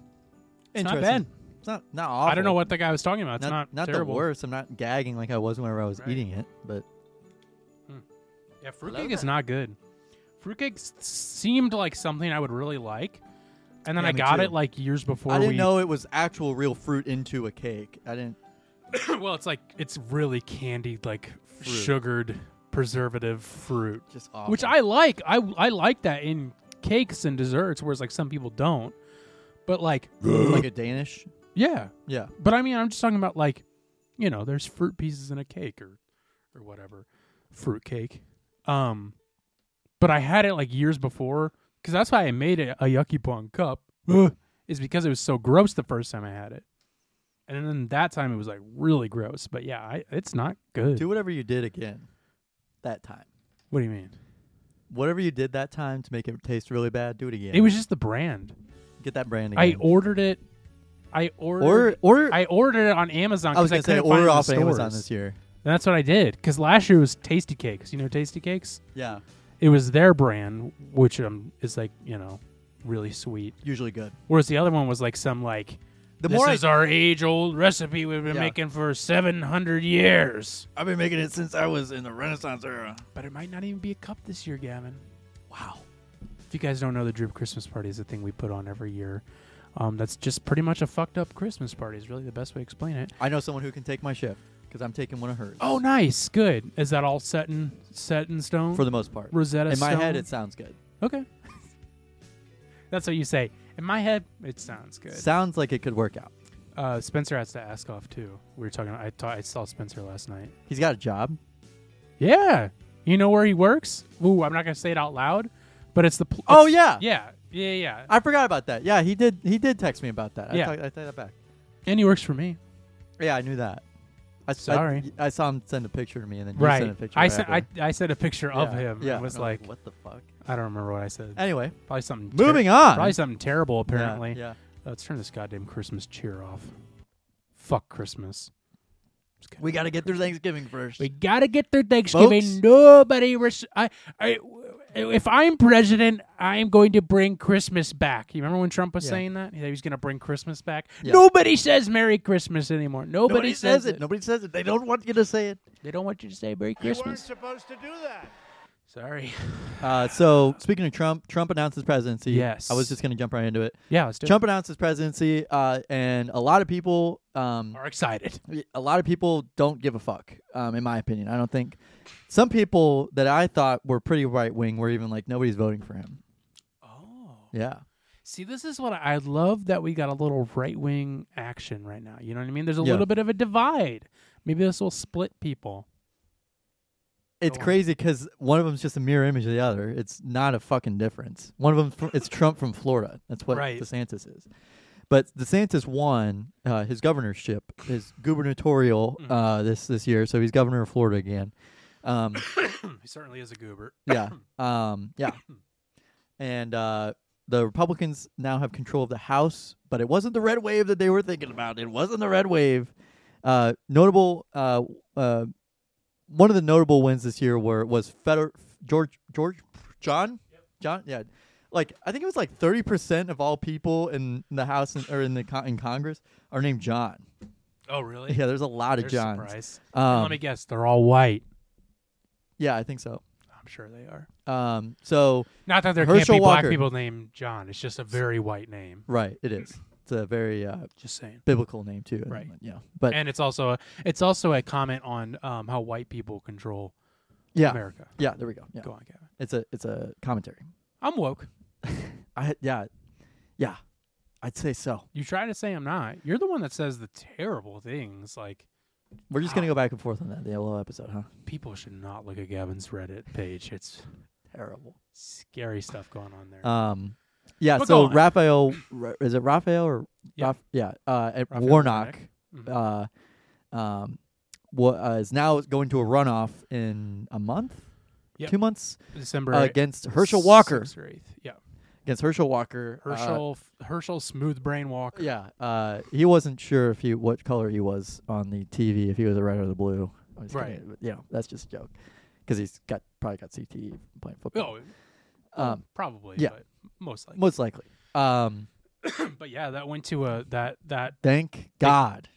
Speaker 3: it's not
Speaker 5: Interesting.
Speaker 3: bad.
Speaker 5: It's not not awful.
Speaker 3: I don't know what the guy was talking about. It's not,
Speaker 5: the
Speaker 3: terrible.
Speaker 5: worst. I'm not gagging like I was whenever I was
Speaker 3: Right.
Speaker 5: eating it, but
Speaker 3: Yeah, fruitcake is not good. Fruitcake s- seemed like something I would really like, and then
Speaker 5: Yeah,
Speaker 3: I
Speaker 5: me
Speaker 3: got
Speaker 5: too.
Speaker 3: it like years before.
Speaker 5: I didn't
Speaker 3: we,
Speaker 5: know it was actual real fruit into a cake. I didn't.
Speaker 3: well, it's like it's really candied, like
Speaker 5: Fruit.
Speaker 3: sugared preservative fruit,
Speaker 5: Just awful.
Speaker 3: which I like. I I like that in cakes and desserts, whereas like some people don't. But like,
Speaker 5: like a Danish.
Speaker 3: yeah.
Speaker 5: Yeah,
Speaker 3: But I mean, I'm just talking about like, you know, there's fruit pieces in a cake or, or whatever, fruit cake. Um, but I had it like years before because that's why I made it a yucky pong cup. Ugh, is because it was so gross the first time I had it, and then that time it was like really gross. But yeah, I, it's not good.
Speaker 5: do whatever you did again. That time,
Speaker 3: what do you mean?
Speaker 5: whatever you did that time to make it taste really bad, do it again.
Speaker 3: It was just the brand.
Speaker 5: get that brand
Speaker 3: I
Speaker 5: again.
Speaker 3: ordered it. I ordered.
Speaker 5: or or
Speaker 3: I ordered it on Amazon.
Speaker 5: I was
Speaker 3: 'cause
Speaker 5: gonna say
Speaker 3: couldn't find it
Speaker 5: order
Speaker 3: in the
Speaker 5: off Amazon
Speaker 3: stores.
Speaker 5: this year.
Speaker 3: And that's what I did because last year was Tasty Cakes. You know Tasty Cakes.
Speaker 5: Yeah,
Speaker 3: It was their brand, which um is like you know really sweet.
Speaker 5: usually good.
Speaker 3: Whereas the other one was like some like
Speaker 5: The
Speaker 3: this
Speaker 5: more
Speaker 3: is our age old recipe we've been
Speaker 5: Yeah.
Speaker 3: making for seven hundred years.
Speaker 5: I've been making it since I was in the Renaissance era.
Speaker 3: But it might not even be a cup this year, Gavin.
Speaker 5: Wow.
Speaker 3: If you guys don't know, the Droop Christmas Party is a thing we put on every year. Um, that's just pretty much a fucked up Christmas party. Is really the best way to explain it.
Speaker 5: I know someone who can take my shift because I'm taking one of hers.
Speaker 3: Oh, nice, good. Is that all set in set in stone?
Speaker 5: for the most part.
Speaker 3: Rosetta
Speaker 5: in my
Speaker 3: Stone?
Speaker 5: head, it sounds good.
Speaker 3: Okay. That's what you say. In my head, it sounds good.
Speaker 5: Sounds like it could work out.
Speaker 3: Uh, Spencer has to ask off too. We were talking. I ta- I saw Spencer last night.
Speaker 5: He's got a job.
Speaker 3: Yeah, you know where he works. Ooh, I'm not gonna say it out loud, but it's the. Pl-
Speaker 5: Oh,
Speaker 3: it's-
Speaker 5: yeah.
Speaker 3: yeah, yeah, yeah.
Speaker 5: I forgot about that. Yeah, he did. He did text me about that.
Speaker 3: Yeah.
Speaker 5: I, ta- I take that back.
Speaker 3: and he works for me.
Speaker 5: Yeah, I knew that. I, I-
Speaker 3: Sorry.
Speaker 5: I, saw him send a picture to me, and then you
Speaker 3: right.
Speaker 5: sent a picture.
Speaker 3: I
Speaker 5: back
Speaker 3: sent.
Speaker 5: to
Speaker 3: I,
Speaker 5: him.
Speaker 3: I sent a picture of
Speaker 5: Yeah,
Speaker 3: him.
Speaker 5: Yeah,
Speaker 3: and was
Speaker 5: I'm like,
Speaker 3: like,
Speaker 5: what the fuck?
Speaker 3: I don't remember what I said.
Speaker 5: Anyway,
Speaker 3: Probably something. ter-
Speaker 5: moving on.
Speaker 3: Probably something terrible.
Speaker 5: Yeah,
Speaker 3: Apparently.
Speaker 5: yeah.
Speaker 3: Let's turn this goddamn Christmas cheer off. Fuck Christmas. Just kidding.
Speaker 5: We got to get through Thanksgiving first.
Speaker 3: We gotta get through Thanksgiving.
Speaker 5: Folks.
Speaker 3: Nobody, res- I, I, if I'm president, I'm going to bring Christmas back. You remember when Trump was
Speaker 5: Yeah.
Speaker 3: saying that he was going to bring Christmas back?
Speaker 5: Yeah.
Speaker 3: Nobody says Merry Christmas anymore. Nobody,
Speaker 5: Nobody says it. Nobody says it. They don't want you to say it.
Speaker 3: They don't want you to say Merry Christmas. You weren't supposed to do that. Sorry.
Speaker 5: Uh, so speaking of Trump, Trump announced his presidency.
Speaker 3: Yes.
Speaker 5: I was just gonna jump right into it.
Speaker 3: Yeah, let's do
Speaker 5: Trump announced his presidency, uh, and a lot of people, um,
Speaker 3: it. Are excited.
Speaker 5: a lot of people don't give a fuck. Um, in my opinion, I don't think some people that I thought were pretty right wing were even like nobody's voting for him.
Speaker 3: Oh,
Speaker 5: Yeah,
Speaker 3: see, this is what I I love that we got a little right wing action right now. You know what I mean? There's a
Speaker 5: Yeah.
Speaker 3: little bit of a divide. Maybe this will split people.
Speaker 5: it's
Speaker 3: Go on.
Speaker 5: crazy because one of them's just a mirror image of the other. It's not a fucking difference. One of them, fr- it's Trump from Florida. That's what
Speaker 3: Right.
Speaker 5: DeSantis is. But DeSantis won uh, his governorship, his gubernatorial uh, this this year, so he's governor of Florida again. Um,
Speaker 3: He certainly is a goober.
Speaker 5: yeah um yeah and uh the republicans now have control of the house but it wasn't the red wave that they were thinking about it wasn't the red wave uh notable uh uh one of the notable wins this year were was feder george george john john yeah like i think it was like 30% of all people in the house and, or in the con- in congress are named john
Speaker 3: Oh, really?
Speaker 5: yeah there's a lot of
Speaker 3: There's
Speaker 5: johns
Speaker 3: surprise.
Speaker 5: Um,
Speaker 3: Let me guess. They're all white.
Speaker 5: yeah i think so
Speaker 3: I'm sure they are.
Speaker 5: um so
Speaker 3: Not that there
Speaker 5: Herschel
Speaker 3: can't be
Speaker 5: Walker.
Speaker 3: black people named John. It's just a very white name.
Speaker 5: right it is it's a very uh
Speaker 3: Just saying.
Speaker 5: biblical name too.
Speaker 3: Right.
Speaker 5: Yeah. But
Speaker 3: And it's also a it's also a comment on um, how white people control
Speaker 5: yeah.
Speaker 3: America.
Speaker 5: Yeah, there we go. Yeah.
Speaker 3: Go on, Gavin.
Speaker 5: It's a it's a commentary.
Speaker 3: I'm woke.
Speaker 5: I yeah. Yeah. I'd say so.
Speaker 3: You try to say I'm not. You're the one that says the terrible things. Like
Speaker 5: We're just gonna go back and forth on that the whole episode, huh?
Speaker 3: people should not look at Gavin's Reddit page. It's
Speaker 5: Terrible.
Speaker 3: scary stuff going on there.
Speaker 5: Um yeah,
Speaker 3: But go
Speaker 5: so
Speaker 3: on.
Speaker 5: Raphael Ra- is it Raphael or
Speaker 3: Yeah.
Speaker 5: Raph- yeah uh at
Speaker 3: Raphael
Speaker 5: Warnock
Speaker 3: Mhm.
Speaker 5: uh um wa- uh, is now going to a runoff in a month,
Speaker 3: Yep.
Speaker 5: two months
Speaker 3: December
Speaker 5: uh, against Herschel Walker.
Speaker 3: 6th or 8th. Yeah.
Speaker 5: Against Herschel Walker, uh,
Speaker 3: Herschel Herschel Smooth Brain Walker.
Speaker 5: Yeah, uh, he wasn't sure if he what color he was on the TV, if he was a red or the blue. I'm just
Speaker 3: Right.
Speaker 5: kidding, but, you know, that's just a joke because he's got probably got CTE from playing football.
Speaker 3: Oh,
Speaker 5: um,
Speaker 3: probably.
Speaker 5: yeah.
Speaker 3: but most likely.
Speaker 5: most likely. Um,
Speaker 3: but yeah, that went to a that that.
Speaker 5: thank God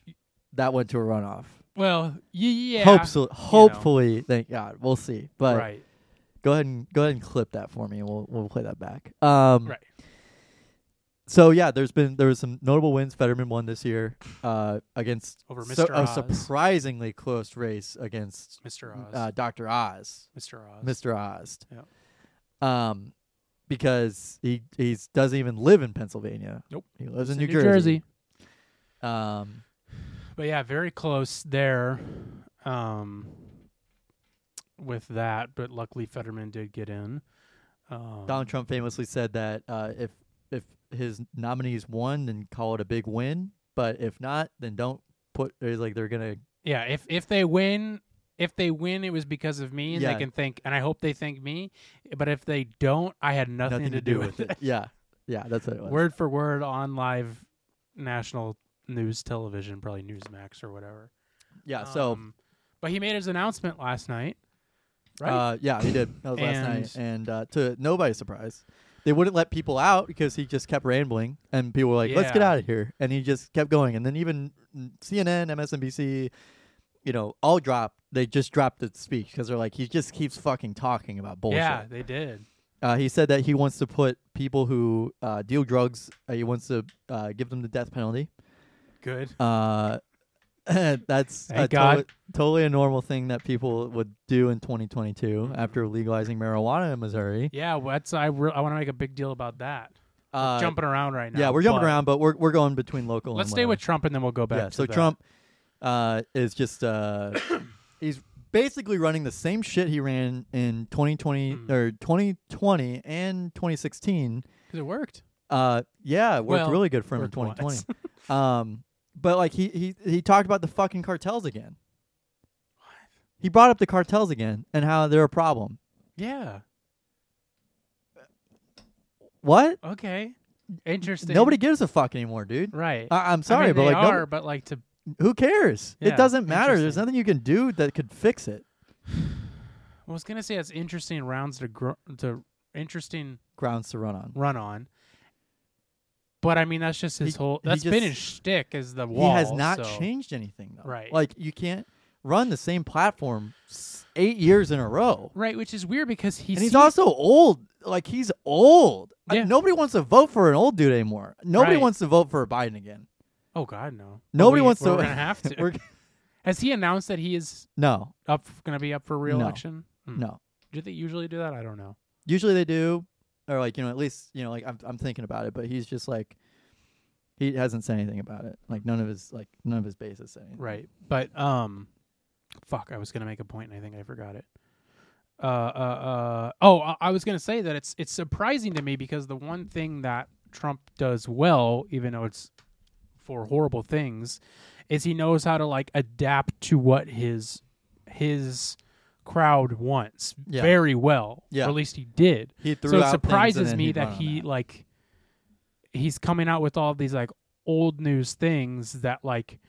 Speaker 5: that went to a runoff.
Speaker 3: Well, y- yeah.
Speaker 5: Hopefully, hopefully, thank God. We'll see. But
Speaker 3: right.
Speaker 5: go ahead and go ahead and clip that for me, and we'll we'll play that back. Um,
Speaker 3: Right.
Speaker 5: So yeah, there's been there was some notable wins. Fetterman won this year uh, against
Speaker 3: Over
Speaker 5: so-
Speaker 3: Mr. Oz.
Speaker 5: a surprisingly close race against
Speaker 3: Mr. Oz.
Speaker 5: uh, Doctor Oz,
Speaker 3: Mr. Oz.
Speaker 5: Mister Oz.
Speaker 3: Yep.
Speaker 5: Um, because he he's doesn't even live in Pennsylvania.
Speaker 3: Nope.
Speaker 5: He lives in
Speaker 3: It's
Speaker 5: New,
Speaker 3: in
Speaker 5: Jersey. Um,
Speaker 3: But yeah, very close there um, with that. But luckily, Fetterman did get in. Um,
Speaker 5: Donald Trump famously said that uh, if if his nominees won, then call it a big win. But if not, then don't put. It's like they're gonna
Speaker 3: Yeah, if if they win, if they win, it was because of me, and
Speaker 5: Yeah.
Speaker 3: they can think, and I hope they thank me. But if they don't, I had nothing,
Speaker 5: nothing,
Speaker 3: to, do, with it.
Speaker 5: Yeah, yeah, that's what it was.
Speaker 3: Word for word on live national news television, probably Newsmax or whatever.
Speaker 5: yeah, so
Speaker 3: Um, but he made his announcement last night, right?
Speaker 5: uh, yeah, he did. That was last night, and uh, to nobody's surprise, they wouldn't let people out because he just kept rambling, and people were like, "Let's get
Speaker 3: Yeah.
Speaker 5: out of here," and he just kept going, and then even CNN, MSNBC. You know, all dropped. They just dropped the speech because they're like, he just keeps fucking talking about bullshit.
Speaker 3: yeah, they did.
Speaker 5: Uh, he said that he wants to put people who uh, deal drugs. Uh, he wants to uh, give them the death penalty.
Speaker 3: Good.
Speaker 5: Uh, that's
Speaker 3: Thank
Speaker 5: a
Speaker 3: God.
Speaker 5: totally- totally a normal thing that people would do in 2022 after legalizing marijuana in Missouri.
Speaker 3: Yeah, well, that's I. Re- I want to make a big deal about that. We're
Speaker 5: Uh,
Speaker 3: jumping around right now.
Speaker 5: yeah, we're jumping
Speaker 3: but
Speaker 5: around, but we're we're going between local.
Speaker 3: Let's
Speaker 5: and
Speaker 3: stay
Speaker 5: whatever.
Speaker 3: with Trump, and then we'll go back.
Speaker 5: Yeah,
Speaker 3: to
Speaker 5: so
Speaker 3: the-
Speaker 5: Trump uh, is just uh, he's basically running the same shit he ran in 2020
Speaker 3: Mm.
Speaker 5: or 2020 and 2016.
Speaker 3: 'Cause it worked.
Speaker 5: Uh, yeah, it worked
Speaker 3: Well,
Speaker 5: really good for him in
Speaker 3: worked once.
Speaker 5: 2020. um, but like he he he talked about the fucking cartels again. He brought up the cartels again and how they're a problem.
Speaker 3: Yeah.
Speaker 5: What?
Speaker 3: Okay. Interesting.
Speaker 5: Nobody gives a fuck anymore, dude.
Speaker 3: Right.
Speaker 5: I- I'm
Speaker 3: I mean,
Speaker 5: sorry, but
Speaker 3: they
Speaker 5: like, no-
Speaker 3: are, but like to
Speaker 5: who cares?
Speaker 3: Yeah,
Speaker 5: it doesn't matter. There's
Speaker 3: interesting.
Speaker 5: nothing you can do that could fix it.
Speaker 3: I was gonna say it's interesting rounds to gr- to interesting
Speaker 5: Grounds to run on.
Speaker 3: run on. But I mean, that's just his
Speaker 5: He-
Speaker 3: whole.
Speaker 5: he
Speaker 3: That's been
Speaker 5: just-
Speaker 3: his shtick is the wall.
Speaker 5: he has not
Speaker 3: so-
Speaker 5: changed anything though.
Speaker 3: Right.
Speaker 5: Like you can't run the same platform s- eight years in a row.
Speaker 3: Right, which is weird because he's,
Speaker 5: and he's also old. Like he's old. I-
Speaker 3: Yeah.
Speaker 5: nobody wants to vote for an old dude anymore. Nobody
Speaker 3: Right.
Speaker 5: wants to vote for Biden again.
Speaker 3: Oh God, no. But
Speaker 5: Nobody
Speaker 3: we-
Speaker 5: wants
Speaker 3: We're
Speaker 5: to-
Speaker 3: gonna have to.
Speaker 5: We're-
Speaker 3: Has he announced that he is
Speaker 5: no,
Speaker 3: up going to be up for reelection? Hmm.
Speaker 5: no.
Speaker 3: Do they usually do that? I don't know.
Speaker 5: Usually they do, or like you know, at least you know, like I'm I'm thinking about it. But he's just like he hasn't said anything about it. Like none of his like none of his bases say anything.
Speaker 3: Right, but um, fuck, I was gonna make a point and I think I forgot it. Uh, uh, uh oh, I, I was gonna say that it's it's surprising to me because the one thing that Trump does well, even though it's for horrible things, is he knows how to like adapt to what his his crowd wants
Speaker 5: Yeah.
Speaker 3: very well.
Speaker 5: Yeah.
Speaker 3: or at least he did
Speaker 5: He threw
Speaker 3: so
Speaker 5: out
Speaker 3: it
Speaker 5: things and
Speaker 3: surprises
Speaker 5: then
Speaker 3: me
Speaker 5: he'd
Speaker 3: that
Speaker 5: run on
Speaker 3: he like he's coming out with all these like old news things that like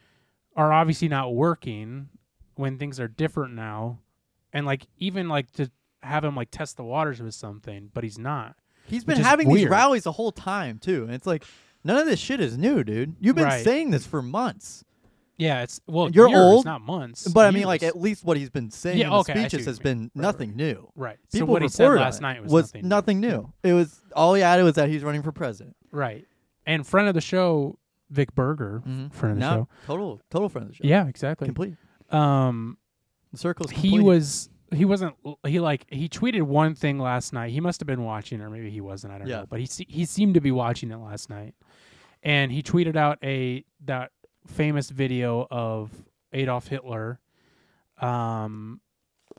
Speaker 3: are obviously not working when things are different now and like even like to have him like test the waters with something but he's not
Speaker 5: He's
Speaker 3: which
Speaker 5: been
Speaker 3: is
Speaker 5: having these
Speaker 3: weird.
Speaker 5: rallies the whole time too, and it's like none of this shit is new, dude. You've been
Speaker 3: Right.
Speaker 5: saying this for months.
Speaker 3: yeah it's well
Speaker 5: You're
Speaker 3: years,
Speaker 5: old,
Speaker 3: not months
Speaker 5: But I mean, like
Speaker 3: years.
Speaker 5: at least what he's been saying
Speaker 3: Yeah,
Speaker 5: in the
Speaker 3: okay, I see what
Speaker 5: speeches
Speaker 3: you
Speaker 5: has
Speaker 3: mean.
Speaker 5: been
Speaker 3: Right,
Speaker 5: nothing new.
Speaker 3: right so
Speaker 5: People
Speaker 3: what he said
Speaker 5: reported on
Speaker 3: last
Speaker 5: it.
Speaker 3: night was, nothing,
Speaker 5: new. It was all he added was that he's running for president.
Speaker 3: right and friend of the show vic berger friend of the
Speaker 5: Mm-hmm. No,
Speaker 3: show
Speaker 5: total, total friend of the show.
Speaker 3: yeah exactly
Speaker 5: complete.
Speaker 3: um
Speaker 5: The circle's complete.
Speaker 3: he was he wasn't he like he tweeted one thing last night he must have been watching or maybe he wasn't i don't
Speaker 5: Yeah.
Speaker 3: know but he se- he seemed to be watching it last night and he tweeted out a that famous video of adolf hitler um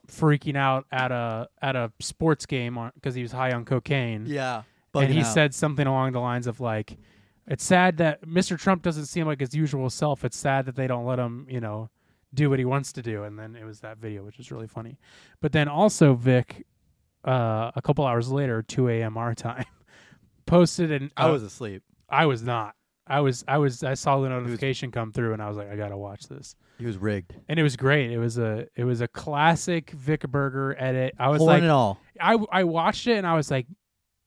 Speaker 3: freaking out at a at a sports game because he was high on cocaine
Speaker 5: yeah,
Speaker 3: and
Speaker 5: bugging
Speaker 3: he
Speaker 5: out.
Speaker 3: said something along the lines of like it's sad that mr trump doesn't seem like his usual self it's sad that they don't let him you know do what he wants to do and then it was that video which is really funny but then also vic uh, a couple hours later 2 a.m our time posted and
Speaker 5: I was asleep.
Speaker 3: i was not I was I was I saw the notification come through and I was like I gotta watch this
Speaker 5: He was rigged.
Speaker 3: and it was great it was a it was a classic Vic Berger edit I was
Speaker 5: Horn
Speaker 3: like
Speaker 5: and all.
Speaker 3: I I watched it and I was like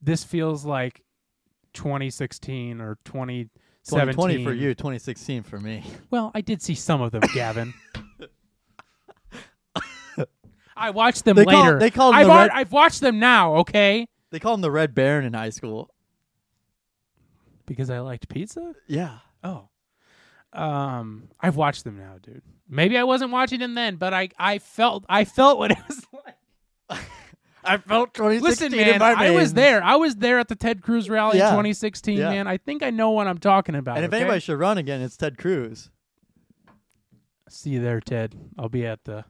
Speaker 3: this feels like 2016 or 2017
Speaker 5: 2020 for you, 2016 for me.
Speaker 3: well I did see some of them Gavin I watched them
Speaker 5: They call-
Speaker 3: later
Speaker 5: they call them
Speaker 3: I've,
Speaker 5: the
Speaker 3: al-
Speaker 5: red-
Speaker 3: I've watched them now okay
Speaker 5: They called him the Red Baron in high school.
Speaker 3: because I liked pizza
Speaker 5: Yeah.
Speaker 3: Oh. Um, I've watched them now, dude. Maybe I wasn't watching them then, but I I felt I felt what it was like.
Speaker 5: I felt
Speaker 3: Listen,
Speaker 5: 2016
Speaker 3: man, I was there. I was there at the Ted Cruz rally
Speaker 5: Yeah.
Speaker 3: in 2016,
Speaker 5: Yeah.
Speaker 3: man. I think I know what I'm talking about.
Speaker 5: And if
Speaker 3: okay?
Speaker 5: anybody should run again, it's Ted Cruz.
Speaker 3: see you there, Ted. I'll be at the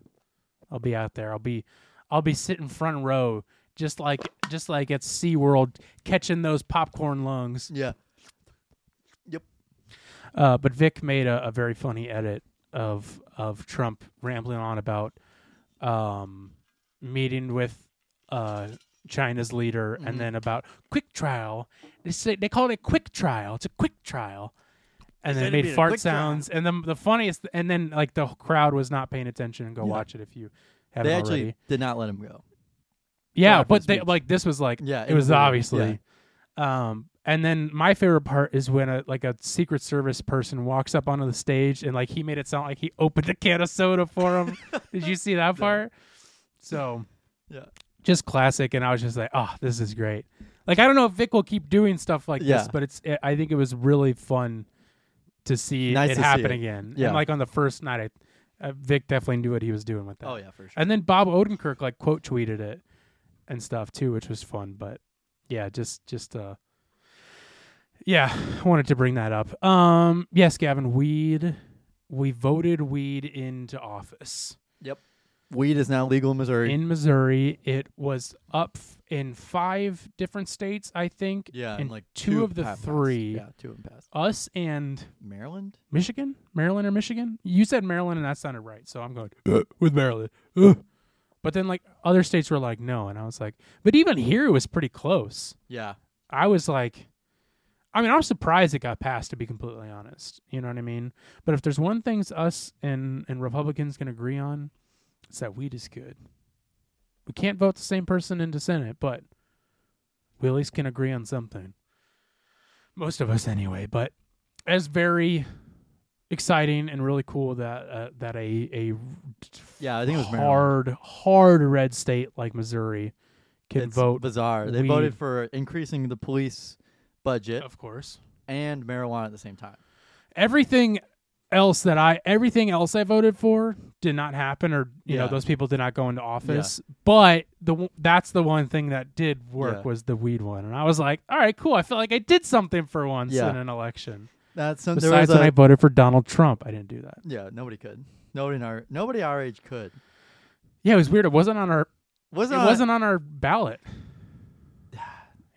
Speaker 3: I'll be out there. I'll be I'll be sitting front row just like just like at SeaWorld catching those popcorn lungs.
Speaker 5: Yeah.
Speaker 3: Uh, but Vic made a, a very funny edit of of Trump rambling on about um, meeting with uh, China's leader,
Speaker 5: Mm-hmm.
Speaker 3: and then about quick trial. They say they call it a quick trial. It's a quick trial, and
Speaker 5: They
Speaker 3: then
Speaker 5: said
Speaker 3: it
Speaker 5: it'd
Speaker 3: made
Speaker 5: be a
Speaker 3: fart
Speaker 5: quick trial.
Speaker 3: sounds. And the the funniest, and then like the crowd was not paying attention. And go watch it if you haven't
Speaker 5: They actually
Speaker 3: already.
Speaker 5: did not let him go.
Speaker 3: Yeah,
Speaker 5: after
Speaker 3: but
Speaker 5: the
Speaker 3: they,
Speaker 5: speech.
Speaker 3: like this was like
Speaker 5: Yeah,
Speaker 3: it,
Speaker 5: it
Speaker 3: was,
Speaker 5: was really-
Speaker 3: obviously. Um, and then my favorite part is when a like a Secret Service person walks up onto the stage and like he made it sound like he opened a can of soda for him. Did you see that part? So
Speaker 5: Yeah.
Speaker 3: just classic. And I was just like, oh, this is great. Like I don't know if Vic will keep doing stuff like
Speaker 5: Yeah.
Speaker 3: this, but it's it, I think it was really fun to see
Speaker 5: Nice
Speaker 3: it
Speaker 5: to see
Speaker 3: happen
Speaker 5: it.
Speaker 3: again.
Speaker 5: Yeah.
Speaker 3: And like on the first night, I, uh, Vic definitely knew what he was doing with that.
Speaker 5: Oh yeah, for sure.
Speaker 3: And then Bob Odenkirk like quote tweeted it and stuff too, which was fun. But yeah, just just uh yeah, I wanted to bring that up. Um yes, Gavin, weed we voted weed into office.
Speaker 5: Weed is now legal in Missouri.
Speaker 3: In Missouri, it was up f- in five different states, I think.
Speaker 5: yeah,
Speaker 3: in
Speaker 5: and like
Speaker 3: two of the
Speaker 5: passed.
Speaker 3: three.
Speaker 5: Yeah, two of them passed.
Speaker 3: Us and
Speaker 5: Maryland.
Speaker 3: Michigan? Maryland or Michigan? You said Maryland and that sounded right, so I'm going "Uh, with Maryland. uh." But then like other states were like no, and I was like, but even here it was pretty close.
Speaker 5: Yeah,
Speaker 3: I was like, I mean, I'm surprised it got passed to be completely honest. You know what I mean? But if there's one thing us and and Republicans can agree on, it's that weed is good. We can't vote the same person into Senate, but we at least can agree on something. Most of us, anyway. But it's very exciting and really cool that uh, that a a
Speaker 5: yeah. I think it was Maryland.
Speaker 3: hard hard red state like Missouri can
Speaker 5: It's
Speaker 3: vote,
Speaker 5: Bizarre. They
Speaker 3: weed.
Speaker 5: voted for increasing the police budget
Speaker 3: of course.
Speaker 5: and marijuana at the same time.
Speaker 3: everything else that I everything else I voted for did not happen or you know
Speaker 5: Yeah.
Speaker 3: those people did not go into office but the w- that's the one thing that did work
Speaker 5: Yeah.
Speaker 3: was the weed one and I was like all right cool I felt like I did something for once
Speaker 5: Yeah.
Speaker 3: in an election
Speaker 5: That's some, there
Speaker 3: besides
Speaker 5: was
Speaker 3: when
Speaker 5: a,
Speaker 3: I voted for Donald Trump I didn't do that
Speaker 5: yeah. Nobody could. Nobody in our nobody our age could.
Speaker 3: yeah it was weird it wasn't on our
Speaker 5: Was
Speaker 3: it wasn't on our ballot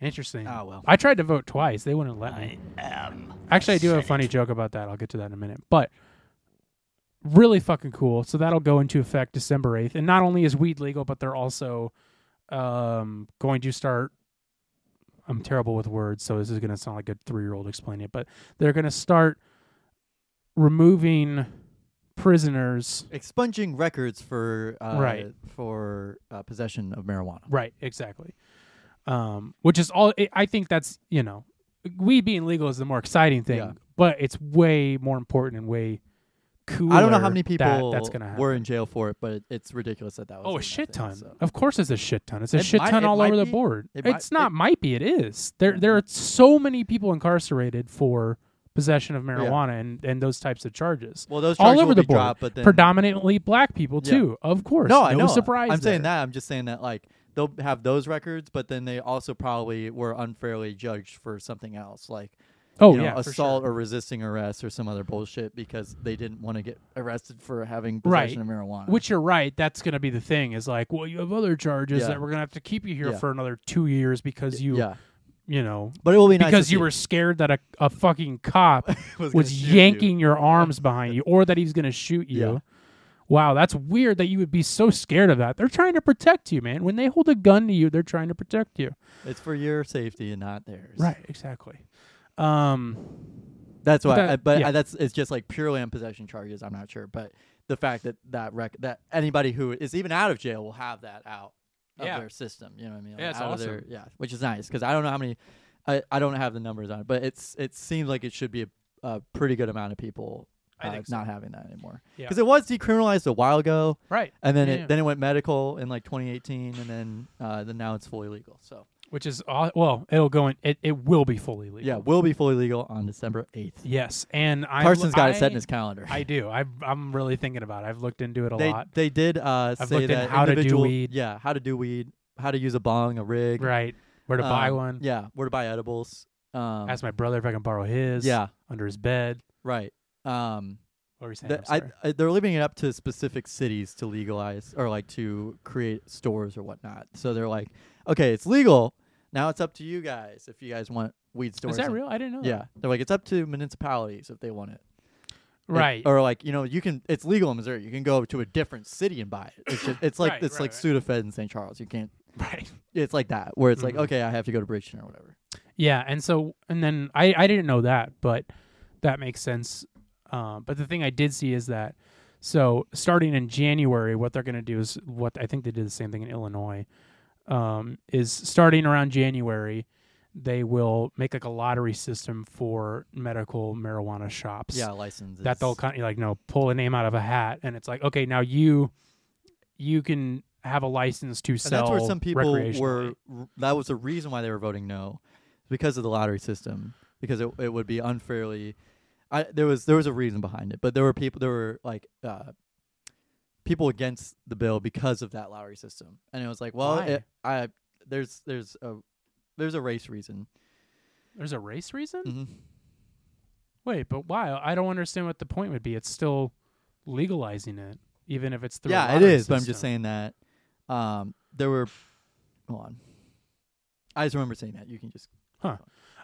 Speaker 3: interesting
Speaker 5: Ah, well.
Speaker 3: I tried to vote twice they wouldn't let me Actually, I do have a funny joke about that. I'll get to that in a minute. But really fucking cool. So that'll go into effect December 8th. And not only is weed legal, but they're also um, going to start. I'm terrible with words, so this is going to sound like a three year old explaining it. But they're going to start removing prisoners.
Speaker 5: expunging records for uh,
Speaker 3: Right.
Speaker 5: for uh, possession of marijuana.
Speaker 3: Right, exactly. Um, which is all. I- I think that's you know, weed being legal is the more exciting thing,
Speaker 5: Yeah.
Speaker 3: but it's way more important and way cooler.
Speaker 5: I don't know how many
Speaker 3: that
Speaker 5: people
Speaker 3: that's gonna happen.
Speaker 5: were in jail for it, but it's ridiculous that that was.
Speaker 3: Oh,
Speaker 5: even
Speaker 3: a shit
Speaker 5: thing,
Speaker 3: ton.
Speaker 5: so.
Speaker 3: Of course, it's a shit ton. It's a
Speaker 5: It
Speaker 3: shit
Speaker 5: might-
Speaker 3: ton
Speaker 5: it
Speaker 3: all over
Speaker 5: might
Speaker 3: the
Speaker 5: be.
Speaker 3: board.
Speaker 5: It might-
Speaker 3: it's not
Speaker 5: it-
Speaker 3: might be. It is. There, there are so many people incarcerated for possession of marijuana and, and those types of charges.
Speaker 5: Well, those
Speaker 3: all
Speaker 5: charges
Speaker 3: over
Speaker 5: will
Speaker 3: the
Speaker 5: be
Speaker 3: board,
Speaker 5: dropped, but then-
Speaker 3: predominantly black people
Speaker 5: Yeah.
Speaker 3: too. Of course,
Speaker 5: No, I know.
Speaker 3: surprise.
Speaker 5: I'm saying
Speaker 3: there.
Speaker 5: that. I'm just saying that like they'll have those records, but then they also probably were unfairly judged for something else, like
Speaker 3: Oh
Speaker 5: you know,
Speaker 3: yeah, for
Speaker 5: assault
Speaker 3: sure.
Speaker 5: or resisting arrest or some other bullshit because they didn't want to get arrested for having
Speaker 3: Right.
Speaker 5: possession of marijuana.
Speaker 3: Which you're right. That's going to be the thing. Is like, well, you have other charges
Speaker 5: Yeah.
Speaker 3: that we're going to have to keep you here
Speaker 5: Yeah.
Speaker 3: for another two years because you,
Speaker 5: yeah,
Speaker 3: you know,
Speaker 5: but it will be nice to
Speaker 3: because
Speaker 5: see.
Speaker 3: you were scared that a, a fucking cop was,
Speaker 5: Was gonna shoot you.
Speaker 3: yanking your arms behind you or that he's going to shoot you.
Speaker 5: Yeah.
Speaker 3: Wow, that's weird that you would be so scared of that. They're trying to protect you, man. When they hold a gun to you, they're trying to protect you.
Speaker 5: It's for your safety and not theirs.
Speaker 3: Right, exactly. Um
Speaker 5: That's
Speaker 3: But
Speaker 5: why,
Speaker 3: that-
Speaker 5: I, but
Speaker 3: yeah.
Speaker 5: I, that's it's just like purely on possession charges. I'm not sure, but the fact that that rec- that anybody who is even out of jail will have that out of
Speaker 3: Yeah.
Speaker 5: their system. You know what I mean?
Speaker 3: Yeah, it's
Speaker 5: out Of their, yeah, which is nice because I don't know how many. I, I don't have the numbers on it, but it's it seems like it should be a, a pretty good amount of people
Speaker 3: I
Speaker 5: uh,
Speaker 3: think so.
Speaker 5: not having that anymore.
Speaker 3: Yeah.
Speaker 5: Because it was decriminalized a while ago,
Speaker 3: Right.
Speaker 5: and then
Speaker 3: Yeah,
Speaker 5: it
Speaker 3: yeah.
Speaker 5: then it went medical in like 2018, and then uh, then now it's fully legal. So
Speaker 3: Which is all, well, it'll go in. It, it will be fully legal.
Speaker 5: yeah, will be fully legal on December 8th.
Speaker 3: Yes, and I
Speaker 5: Carson's got it set in
Speaker 3: I-
Speaker 5: his calendar.
Speaker 3: I do. I, I'm really thinking about. it. I've looked into it a
Speaker 5: they,
Speaker 3: lot.
Speaker 5: They did uh,
Speaker 3: I've
Speaker 5: say
Speaker 3: looked at
Speaker 5: that
Speaker 3: how to do
Speaker 5: individual-
Speaker 3: weed.
Speaker 5: Yeah, how to do weed, how to use a bong, a rig,
Speaker 3: Right. Where to buy
Speaker 5: um,
Speaker 3: one?
Speaker 5: Yeah, where to buy edibles. Um,
Speaker 3: Ask my brother if I can borrow his.
Speaker 5: yeah,
Speaker 3: Under his bed.
Speaker 5: right. Um,
Speaker 3: What were you saying?
Speaker 5: th-
Speaker 3: I'm
Speaker 5: I,
Speaker 3: sorry.
Speaker 5: I, they're leaving it up to specific cities to legalize or like to create stores or whatnot. So they're like, okay, it's legal. Now it's up to you guys if you guys want weed stores.
Speaker 3: is that
Speaker 5: and-
Speaker 3: real? I didn't know. that.
Speaker 5: Yeah, they're like it's up to municipalities if they want it. It-
Speaker 3: Right.
Speaker 5: or like you know you can it's legal in missouri you can go to a different city and buy it it's, just, it's like
Speaker 3: Right,
Speaker 5: it's
Speaker 3: right,
Speaker 5: like sudafed in st charles you can't
Speaker 3: right.
Speaker 5: it's like that where it's
Speaker 3: Mhm.
Speaker 5: like okay i have to go to bridgeton or whatever
Speaker 3: Yeah, and so and then I I didn't know that, but that makes sense. Um, but the thing I did see is that so starting in January, what they're going to do is what I think they did the same thing in Illinois. Um, is starting around January, they will make like a lottery system for medical marijuana shops.
Speaker 5: yeah licenses
Speaker 3: that they'll kind of like no pull a name out of a hat, and it's like okay, now you you can have a license to
Speaker 5: and
Speaker 3: sell.
Speaker 5: that's where some people were
Speaker 3: recreationally.
Speaker 5: r- that was the reason why they were voting no because of the lottery system because it, it would be unfairly I, there was there was a reason behind it but there were people there were like uh people against the bill because of that lottery system and it was like well
Speaker 3: Why?
Speaker 5: it, i there's there's a there's a race reason
Speaker 3: There's a race reason.
Speaker 5: mm-hmm.
Speaker 3: Wait, but why? I don't understand what the point would be. It's still legalizing it, even if it's through. a
Speaker 5: yeah, it
Speaker 3: lottery
Speaker 5: is. But I'm just
Speaker 3: system.
Speaker 5: saying that um, there were. Hold on, I just remember saying that. You can just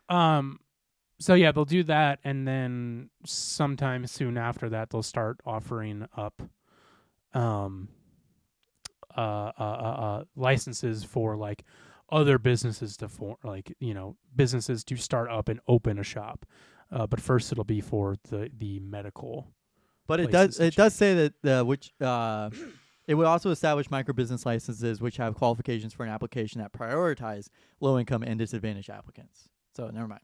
Speaker 3: Um, so yeah, they'll do that, and then sometime soon after that, they'll start offering up, um, uh, uh, uh, uh licenses for like other businesses to form, like you know, businesses to start up and open a shop. Uh, but first, it'll be for the the medical.
Speaker 5: But it
Speaker 3: places
Speaker 5: does
Speaker 3: to
Speaker 5: it does say that uh, which uh, it would also establish micro business licenses which have qualifications for an application that prioritize low income and disadvantaged applicants. So never mind.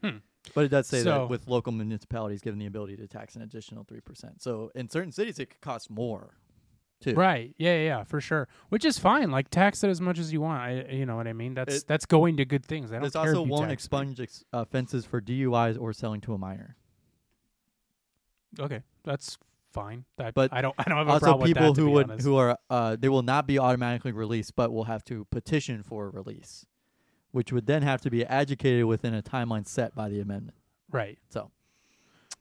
Speaker 3: Hmm.
Speaker 5: But it does say
Speaker 3: So-
Speaker 5: that with local municipalities given the ability to tax an additional three percent. So in certain cities it could cost more. Too.
Speaker 3: Right. Yeah, yeah, yeah, for sure. Which is fine. Like tax it as much as you want. I, you know what I mean? That's
Speaker 5: It-
Speaker 3: that's going to good things. I don't
Speaker 5: This
Speaker 3: care
Speaker 5: also
Speaker 3: if you
Speaker 5: won't
Speaker 3: tax
Speaker 5: expunge ex- offenses for DUIs or selling to a minor.
Speaker 3: me. Okay. That's fine. I,
Speaker 5: But
Speaker 3: I don't I don't have a
Speaker 5: also
Speaker 3: problem
Speaker 5: people
Speaker 3: with that, to
Speaker 5: who
Speaker 3: be
Speaker 5: would
Speaker 3: honest.
Speaker 5: who are uh, they will not be automatically released but will have to petition for release which would then have to be adjudicated within a timeline set by the amendment
Speaker 3: right.
Speaker 5: so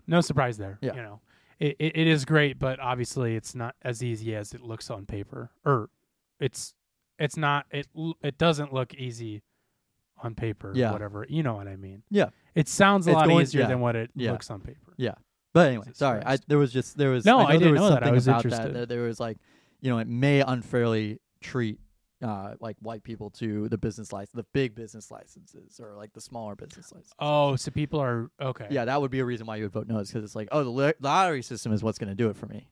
Speaker 3: No surprise there.
Speaker 5: Yeah.
Speaker 3: You know. It, it it is great, but obviously it's not as easy as it looks on paper. Or it's it's not it l- it doesn't look easy on paper
Speaker 5: Yeah.
Speaker 3: whatever. You know what I mean?
Speaker 5: Yeah.
Speaker 3: It sounds a
Speaker 5: It's
Speaker 3: lot
Speaker 5: going-
Speaker 3: easier
Speaker 5: yeah.
Speaker 3: than what it
Speaker 5: Yeah.
Speaker 3: looks on paper.
Speaker 5: but anyway
Speaker 3: Jesus
Speaker 5: sorry I,
Speaker 3: Christ.
Speaker 5: there was just there was
Speaker 3: No, I
Speaker 5: I, know
Speaker 3: didn't
Speaker 5: there was
Speaker 3: know that. I
Speaker 5: something
Speaker 3: was
Speaker 5: about
Speaker 3: interested.
Speaker 5: that, that there was like you know it may unfairly treat uh, like white people to the business license the big business licenses or like the smaller business licenses
Speaker 3: Oh, so people are okay.
Speaker 5: yeah that would be a reason why you would vote no is because it's like oh the lo- lottery system is what's going to do it for me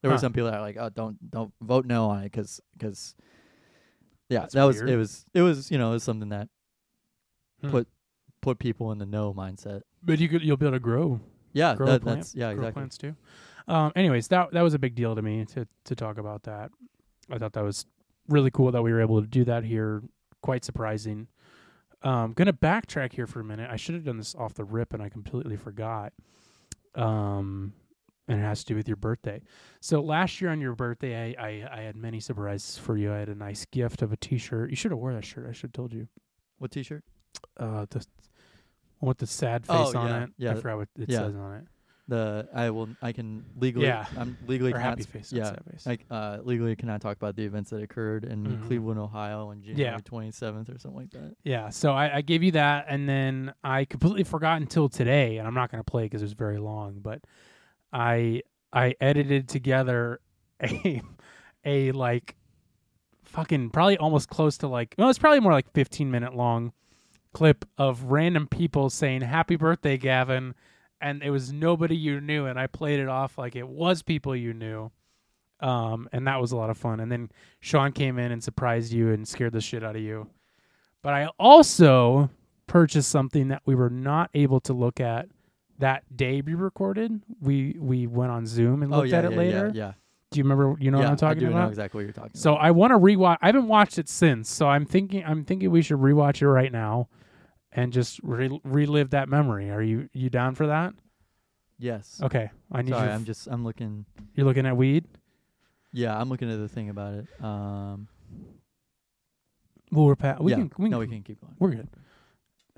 Speaker 5: there
Speaker 3: Huh.
Speaker 5: were some people that are like oh don't don't vote no on it because because yeah
Speaker 3: That's
Speaker 5: that was
Speaker 3: weird.
Speaker 5: it was it was you know it was something that
Speaker 3: Hmm.
Speaker 5: put put people in the no mindset
Speaker 3: But you could you'll be able to grow
Speaker 5: yeah
Speaker 3: grow
Speaker 5: Uh, that,
Speaker 3: plant-
Speaker 5: that's yeah
Speaker 3: grow
Speaker 5: exactly
Speaker 3: plants too. Um, anyways, that that was a big deal to me to to talk about that. I thought that was really cool that we were able to do that here. Quite surprising. Um, gonna backtrack here for a minute. I should have done this off the rip, and I completely forgot. Um, and it has to do with your birthday. So last year on your birthday, I I, I had many surprises for you. I had a nice gift of a T-shirt. You should have wore that shirt. I should have told you.
Speaker 5: what t-shirt
Speaker 3: Uh, the one with the sad face
Speaker 5: Oh,
Speaker 3: on
Speaker 5: yeah,
Speaker 3: it.
Speaker 5: yeah,
Speaker 3: I forgot what it
Speaker 5: yeah.
Speaker 3: says on it.
Speaker 5: the i will i can legally
Speaker 3: Yeah.
Speaker 5: i'm legally
Speaker 3: or
Speaker 5: cannot
Speaker 3: happy
Speaker 5: sp-
Speaker 3: face.
Speaker 5: yeah
Speaker 3: not sad face.
Speaker 5: like uh legally cannot talk about the events that occurred in
Speaker 3: Mhm.
Speaker 5: cleveland ohio on january 27th or something like that
Speaker 3: Yeah, so I, I gave you that, and then I completely forgot until today, and I'm not going to play because it was very long. But I I edited together a a like fucking probably almost close to like well, it's probably more like 15 minute long clip of random people saying "Happy birthday, Gavin," and it was nobody you knew, and I played it off like it was people you knew, um, and that was a lot of fun. And then Sean came in and surprised you and scared the shit out of you. But I also purchased something that we were not able to look at that day we recorded. We we went on Zoom and
Speaker 5: Oh
Speaker 3: looked
Speaker 5: yeah,
Speaker 3: at it
Speaker 5: yeah,
Speaker 3: later.
Speaker 5: yeah, yeah.
Speaker 3: Do you remember? You know
Speaker 5: yeah,
Speaker 3: what I'm talking
Speaker 5: I do
Speaker 3: about?
Speaker 5: know exactly what you're talking
Speaker 3: So I want to rewatch. I haven't watched it since, so I'm thinking I'm thinking we should rewatch it right now, and just re- relive that memory. Are you you down for that?
Speaker 5: about. Yes.
Speaker 3: Okay, I need
Speaker 5: Sorry,
Speaker 3: you.
Speaker 5: I'm just I'm looking.
Speaker 3: you're looking at weed.
Speaker 5: Yeah, I'm looking at the thing about it. Um,
Speaker 3: Well, we're pa- we
Speaker 5: yeah.
Speaker 3: can we
Speaker 5: no,
Speaker 3: can,
Speaker 5: we can keep going.
Speaker 3: we're good.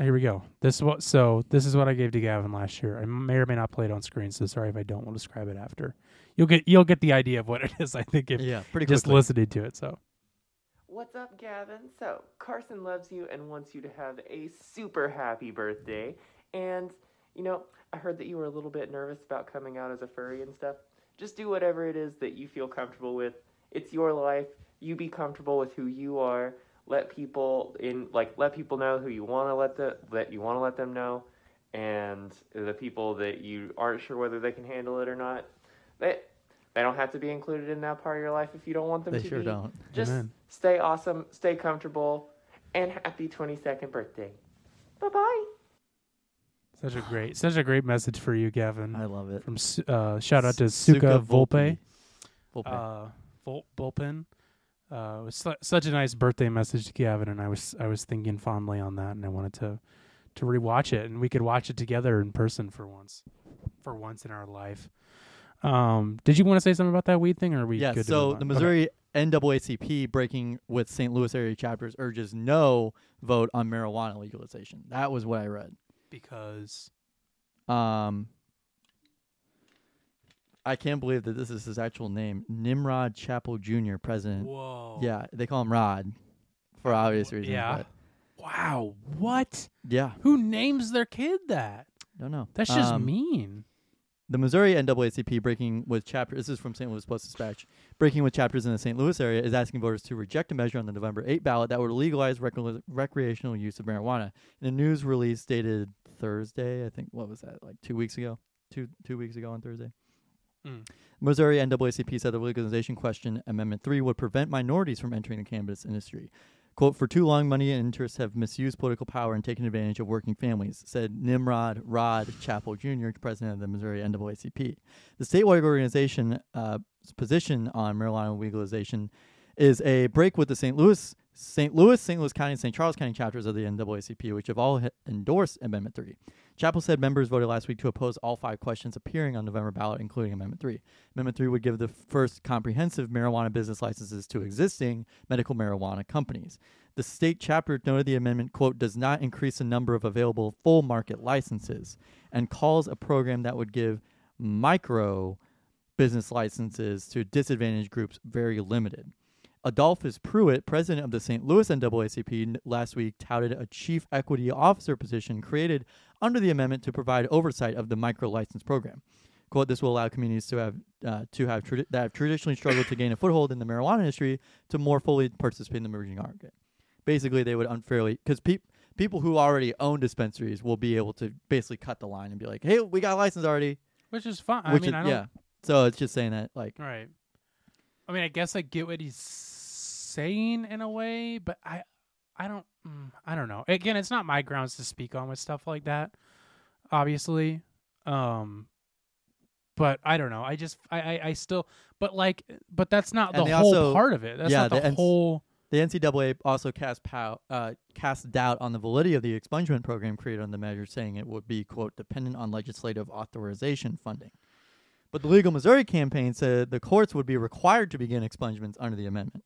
Speaker 3: Here we go. This is what so this is what I gave to Gavin last year. I may or may not play it on screen, so sorry if I don't. We'll describe it after. You'll get you'll get the idea of what it is. I think if
Speaker 5: Yeah, pretty
Speaker 3: you just
Speaker 5: quickly.
Speaker 3: listening to it. So
Speaker 6: What's up, Gavin? So, Carson loves you and wants you to have a super happy birthday. And, you know, I heard that you were a little bit nervous about coming out as a furry and stuff. Just do whatever it is that you feel comfortable with. It's your life. You be comfortable with who you are. Let people in like let people know who you want to let the that you want to let them know and the people that you aren't sure whether they can handle it or not. They they don't have to be included in that part of your life if you don't want them
Speaker 5: They
Speaker 6: to
Speaker 5: sure
Speaker 6: be.
Speaker 5: don't.
Speaker 6: Just
Speaker 3: Amen.
Speaker 6: stay awesome, stay comfortable, and happy 22nd birthday. Bye bye.
Speaker 3: such a great such a great message for you, Gavin.
Speaker 5: I love it.
Speaker 3: from Su- uh, shout out to
Speaker 5: Suka
Speaker 3: Suka Volpe,
Speaker 5: Volpe.
Speaker 3: uh, Vol- Volpin. Uh, it was su- such a nice birthday message to Gavin, and I was I was thinking fondly on that, and I wanted to to rewatch it, and we could watch it together in person for once, for once in our life. Um, did you want to say something about that weed thing, or are we?
Speaker 5: yeah.
Speaker 3: good to move
Speaker 5: So
Speaker 3: on?
Speaker 5: the
Speaker 3: Okay.
Speaker 5: Missouri NAACP breaking with St. Louis area chapters urges no vote on marijuana legalization. That was what I read.
Speaker 3: because
Speaker 5: Um, I can't believe that this is his actual name, Nimrod Chapel Jr., president.
Speaker 3: whoa,
Speaker 5: Yeah, they call him Rod for obvious
Speaker 3: Wha-
Speaker 5: reasons.
Speaker 3: yeah.
Speaker 5: but-
Speaker 3: wow, what?
Speaker 5: yeah,
Speaker 3: Who names their kid that?
Speaker 5: don't know.
Speaker 3: That's just
Speaker 5: Um,
Speaker 3: mean.
Speaker 5: The Missouri NAACP breaking with chapters. This is from St. Louis Post Dispatch. Breaking with chapters in the St. Louis area is asking voters to reject a measure on the November 8 ballot that would legalize rec- recreational use of marijuana. In a news release dated Thursday, I think what was that? Like two weeks ago, two two weeks ago on Thursday.
Speaker 3: Mm.
Speaker 5: Missouri NAACP said the legalization question Amendment 3 would prevent minorities from entering the cannabis industry. Quote, for too long, money and interests have misused political power and taken advantage of working families, said Nimrod Rod Chapel Jr., president of the Missouri NAACP. The statewide organization's uh, position on marijuana legalization is a break with the St. Louis, St. Louis, St. Louis County, and St. Charles County chapters of the NAACP, which have all he- endorsed Amendment 3. Chapel said members voted last week to oppose all five questions appearing on November ballot, including Amendment 3. Amendment 3 would give the first comprehensive marijuana business licenses to existing medical marijuana companies. The state chapter noted the amendment, quote, does not increase the number of available full market licenses and calls a program that would give micro business licenses to disadvantaged groups very limited. Adolphus Pruitt, president of the St. Louis NAACP, n- last week touted a chief equity officer position created under the amendment to provide oversight of the micro license program. "Quote: This will allow communities to have uh, to have tradi- that have traditionally struggled to gain a foothold in the marijuana industry to more fully participate in the emerging market. Basically, they would unfairly because peop people who already own dispensaries will be able to basically cut the line and be like, "Hey, we got a license already."
Speaker 3: Which is fine. I
Speaker 5: Which
Speaker 3: mean,
Speaker 5: is,
Speaker 3: I don't.
Speaker 5: yeah. So it's just saying that like
Speaker 3: Right. I mean, I guess I get what he's saying in a way, but I, I don't, mm, I don't know. Again, it's not my grounds to speak on with stuff like that, obviously. Um, but I don't know. I just, I, I, I still, but like, but that's not
Speaker 5: And
Speaker 3: the
Speaker 5: they
Speaker 3: whole
Speaker 5: also-
Speaker 3: part of it. That's
Speaker 5: yeah,
Speaker 3: not the,
Speaker 5: the ends-
Speaker 3: whole.
Speaker 5: The NCAA also cast, pow, uh, cast doubt on the validity of the expungement program created on the measure, saying it would be, quote, dependent on legislative authorization funding. But the Legal Missouri campaign said the courts would be required to begin expungements under the amendment.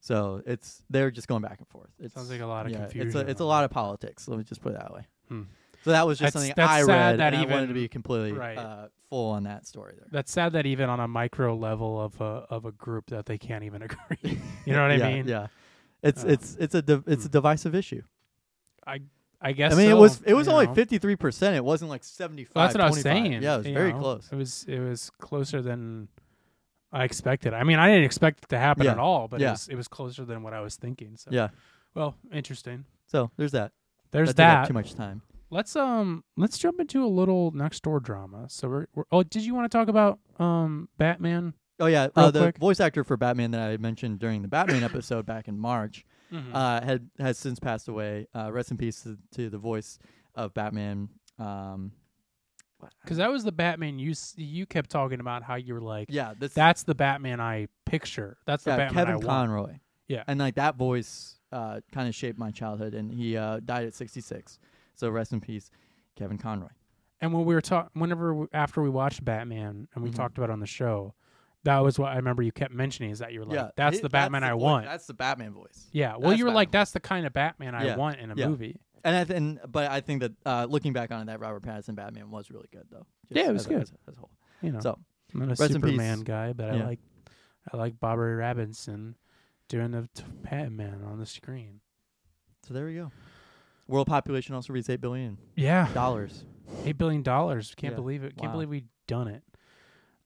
Speaker 5: So it's they're just going back and forth. It's,
Speaker 3: Sounds like a lot of
Speaker 5: yeah, It's
Speaker 3: confusion
Speaker 5: a, it's a
Speaker 3: on
Speaker 5: lot of politics. Let me just put it that way.
Speaker 3: Hmm.
Speaker 5: So that was just
Speaker 3: That's-
Speaker 5: something
Speaker 3: that's
Speaker 5: I
Speaker 3: sad
Speaker 5: read.
Speaker 3: that
Speaker 5: and I wanted to
Speaker 3: even-
Speaker 5: be completely
Speaker 3: right.
Speaker 5: uh, full on that story there.
Speaker 3: That's sad that even on a micro level of a of a group that they can't even agree. you know what I
Speaker 5: yeah,
Speaker 3: mean?
Speaker 5: Yeah, it's
Speaker 3: Uh,
Speaker 5: it's it's a div it's a divisive issue.
Speaker 3: I guess.
Speaker 5: I mean,
Speaker 3: so,
Speaker 5: it was it was
Speaker 3: you
Speaker 5: only
Speaker 3: know.
Speaker 5: fifty three percent. It wasn't like seventy five.
Speaker 3: Well, that's what I was saying.
Speaker 5: Yeah, it was
Speaker 3: you
Speaker 5: very
Speaker 3: know.
Speaker 5: close.
Speaker 3: It was it was closer than I expected. I mean, I didn't expect it to happen
Speaker 5: Yeah.
Speaker 3: at all, but it
Speaker 5: Yeah.
Speaker 3: was it was closer than what I was thinking. So
Speaker 5: Yeah.
Speaker 3: Well, interesting.
Speaker 5: So there's that.
Speaker 3: There's
Speaker 5: took up
Speaker 3: that.
Speaker 5: Too much time.
Speaker 3: Let's um let's jump into a little next door drama. So we're, we're oh did you want to talk about um Batman?
Speaker 5: Oh yeah, uh,
Speaker 3: Real
Speaker 5: the
Speaker 3: quick.
Speaker 5: voice actor for Batman that I mentioned during the Batman episode back in March
Speaker 3: Mm-hmm.
Speaker 5: uh, had has since passed away. Uh, rest in peace to, to the voice of Batman. Um,
Speaker 3: Because that was the Batman you s- you kept talking about how you were like
Speaker 5: yeah, this
Speaker 3: that's the Batman I picture. That's the
Speaker 5: yeah,
Speaker 3: Batman I
Speaker 5: Kevin
Speaker 3: want.
Speaker 5: Conroy.
Speaker 3: Yeah.
Speaker 5: and like that voice uh, kind of shaped my childhood, and he uh, died at 66. So rest in peace, Kevin Conroy.
Speaker 3: and when we were talking whenever we- after we watched batman and we
Speaker 5: Mm-hmm.
Speaker 3: talked about it on the show that was what i remember you kept mentioning is that you were like
Speaker 5: yeah,
Speaker 3: that's
Speaker 5: he-
Speaker 3: the batman i
Speaker 5: voice-
Speaker 3: want
Speaker 5: That's the Batman voice.
Speaker 3: yeah well
Speaker 5: that's
Speaker 3: you were like
Speaker 5: Batman.
Speaker 3: that's the kind of batman i
Speaker 5: Yeah,
Speaker 3: want in a
Speaker 5: yeah.
Speaker 3: movie
Speaker 5: And I th- and but I think that uh, looking back on it, that Robert Pattinson Batman was really good though. Just
Speaker 3: Yeah, it was
Speaker 5: as a-
Speaker 3: good.
Speaker 5: as a- as a whole.
Speaker 3: you know
Speaker 5: So
Speaker 3: i'm not a
Speaker 5: rest in peace.
Speaker 3: superman guy but i
Speaker 5: Yeah.
Speaker 3: like i like bobby robinson doing the t- batman on the screen
Speaker 5: so there we go. World population also reads eight billion
Speaker 3: yeah
Speaker 5: dollars.
Speaker 3: eight billion dollars can't
Speaker 5: Yeah.
Speaker 3: believe it can't
Speaker 5: Wow.
Speaker 3: believe we done it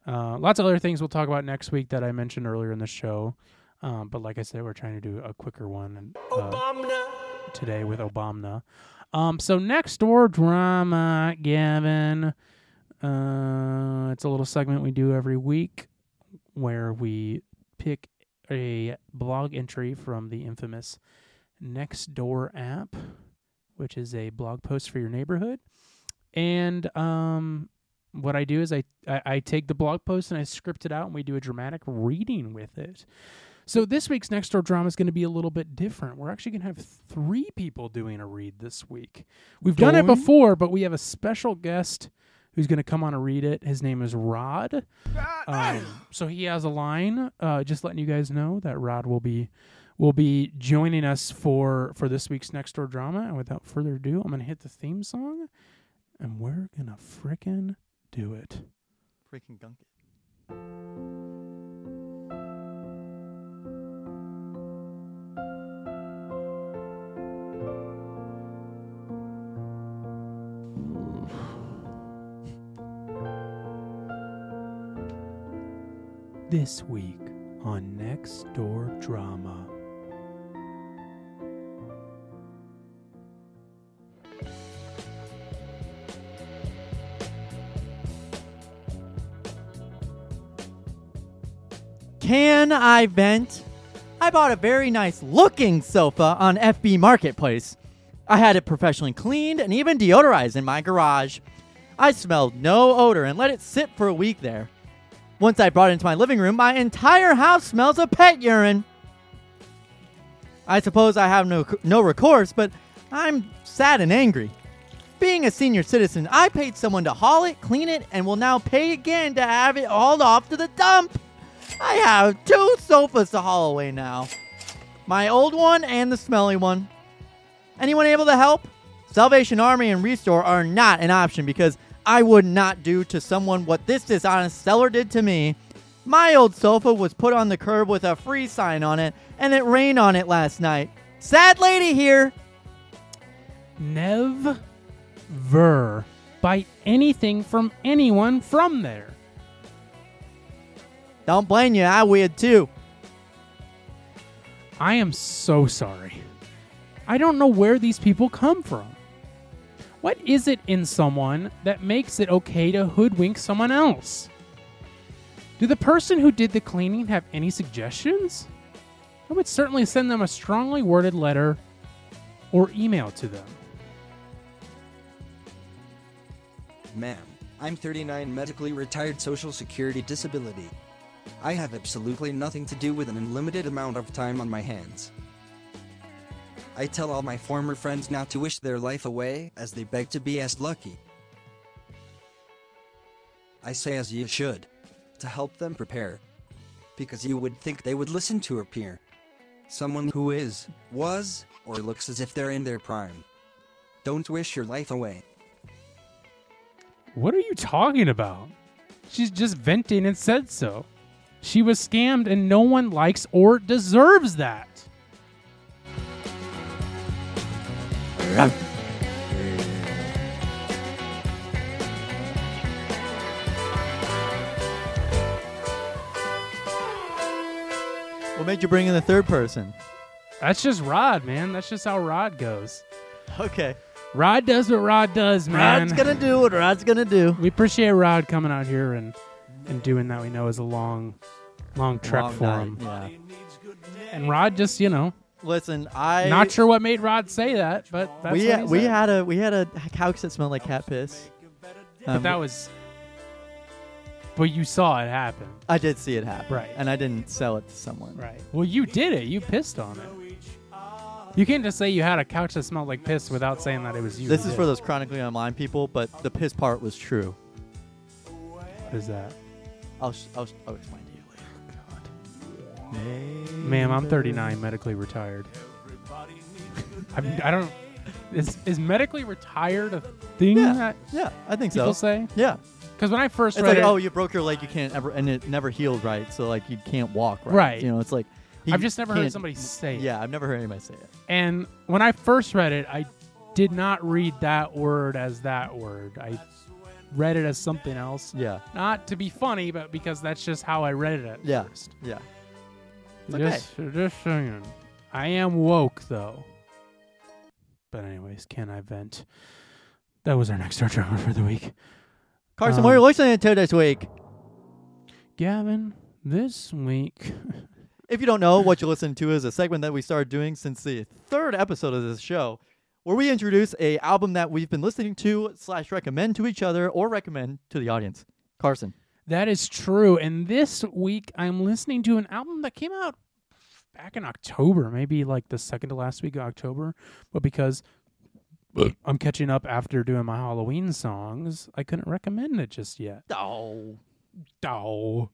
Speaker 3: uh, lots of other things we'll talk about next week that i mentioned earlier in the show um, but like i said we're trying to do a quicker one and uh, today with Obama. Um, so next door drama, Gavin. Uh, it's a little segment we do every week where we pick a blog entry from the infamous Nextdoor app, which is a blog post for your neighborhood. And um, what I do is I, I I take the blog post and I script it out, and we do a dramatic reading with it. So this week's next door drama is going to be a little bit different. We're actually going to have three people doing a read this week. We've done it
Speaker 5: Doing?
Speaker 3: before, but we have a special guest who's going to come on and read it. His name is Rod. Um, so he has a line. Uh, just letting you guys know that Rod will be will be joining us for for this week's next door drama. And without further ado, I'm going to hit the theme song, and we're gonna frickin' do it.
Speaker 5: Freaking gunk it.
Speaker 3: This week on Next Door Drama.
Speaker 5: Can I vent? I bought a very nice looking sofa on FB Marketplace. I had it professionally cleaned and even deodorized in my garage. I smelled no odor and let it sit for a week there. Once I brought it into my living room, my entire house smells of pet urine. I suppose I have no, no recourse, but I'm sad and angry. Being a senior citizen, I paid someone to haul it, clean it, and will now pay again to have it hauled off to the dump. I have two sofas to haul away now my old one and the smelly one. Anyone able to help? Salvation Army and Restore are not an option because I would not do to someone what this dishonest seller did to me. My old sofa was put on the curb with a free sign on it, and it rained on it last night. Sad lady here.
Speaker 3: Never buy anything from anyone from there.
Speaker 5: Don't blame you, I would too.
Speaker 3: I am so sorry. I don't know where these people come from. What is it in someone that makes it okay to hoodwink someone else? Do the person who did the cleaning have any suggestions? I would certainly send them a strongly worded letter or email to them.
Speaker 7: Ma'am, I'm 39 medically retired social security disability. I have absolutely nothing to do with an unlimited amount of time on my hands. I tell all my former friends not to wish their life away as they beg to be as lucky. I say as you should, to help them prepare. Because you would think they would listen to a peer. Someone who is, was, or looks as if they're in their prime. Don't wish your life away.
Speaker 3: What are you talking about? She's just venting and said so. She was scammed, and no one likes or deserves that.
Speaker 5: What made you bring in the third person?
Speaker 3: That's just Rod, man. That's just how Rod goes.
Speaker 5: Okay.
Speaker 3: Rod does what Rod does, man.
Speaker 5: Rod's gonna do what Rod's gonna do.
Speaker 3: we appreciate Rod coming out here and, and doing that. We know is a long, long trek
Speaker 5: Long
Speaker 3: for
Speaker 5: night,
Speaker 3: him.
Speaker 5: Yeah.
Speaker 3: And Rod just, you know,
Speaker 5: Listen, I
Speaker 3: not sure what made Rod say that, but that's
Speaker 5: we
Speaker 3: what
Speaker 5: ha-
Speaker 3: he
Speaker 5: we
Speaker 3: said.
Speaker 5: had a we had a couch that smelled like cat piss. Um,
Speaker 3: But that was. But you saw it happen,
Speaker 5: I did see it happen,
Speaker 3: Right.
Speaker 5: And I didn't sell it to someone.
Speaker 3: right? Well, you did it. You pissed on it. You can't just say you had a couch that smelled like piss without saying that it was you.
Speaker 5: This
Speaker 3: who
Speaker 5: is
Speaker 3: did
Speaker 5: for
Speaker 3: it.
Speaker 5: those chronically online people, but the piss part was true.
Speaker 3: What is that?
Speaker 5: I'll sh- I'll, sh- I'll explain to you later.
Speaker 3: Ma'am, I'm 39, medically retired. I'm, I don't. Is, is medically retired a thing
Speaker 5: Yeah,
Speaker 3: that
Speaker 5: yeah, I think
Speaker 3: people
Speaker 5: so.
Speaker 3: say?
Speaker 5: yeah,
Speaker 3: Because when I first
Speaker 5: it's
Speaker 3: read
Speaker 5: like
Speaker 3: it,
Speaker 5: oh, you broke your leg, you can't ever, and it never healed right, so like you can't walk right.
Speaker 3: Right.
Speaker 5: You know, it's like he
Speaker 3: I've just never heard
Speaker 5: can't-
Speaker 3: somebody say it.
Speaker 5: Yeah, I've never heard anybody say it.
Speaker 3: And when I first read it, I did not read that word as that word. I read it as something else.
Speaker 5: Yeah,
Speaker 3: Not to be funny, but because that's just how I read it at
Speaker 5: Yeah.
Speaker 3: first.
Speaker 5: yeah. It's okay.
Speaker 3: Just, just saying. I am woke, though. But anyways, can I vent? That was our next Star Trek for the week.
Speaker 5: Carson,
Speaker 3: Um,
Speaker 5: what are you listening to this week?
Speaker 3: Gavin, this week.
Speaker 5: If you don't know, what you listen to is a segment that we started doing since the third episode of this show, where we introduce a album that we've been listening to slash recommend to each other or recommend to the audience. Carson,
Speaker 3: That is true. And this week, I'm listening to an album that came out back in October, maybe like the second to last week of October. But because I'm catching up after doing my Halloween songs, I couldn't recommend it just yet.
Speaker 5: oh,
Speaker 3: Oh.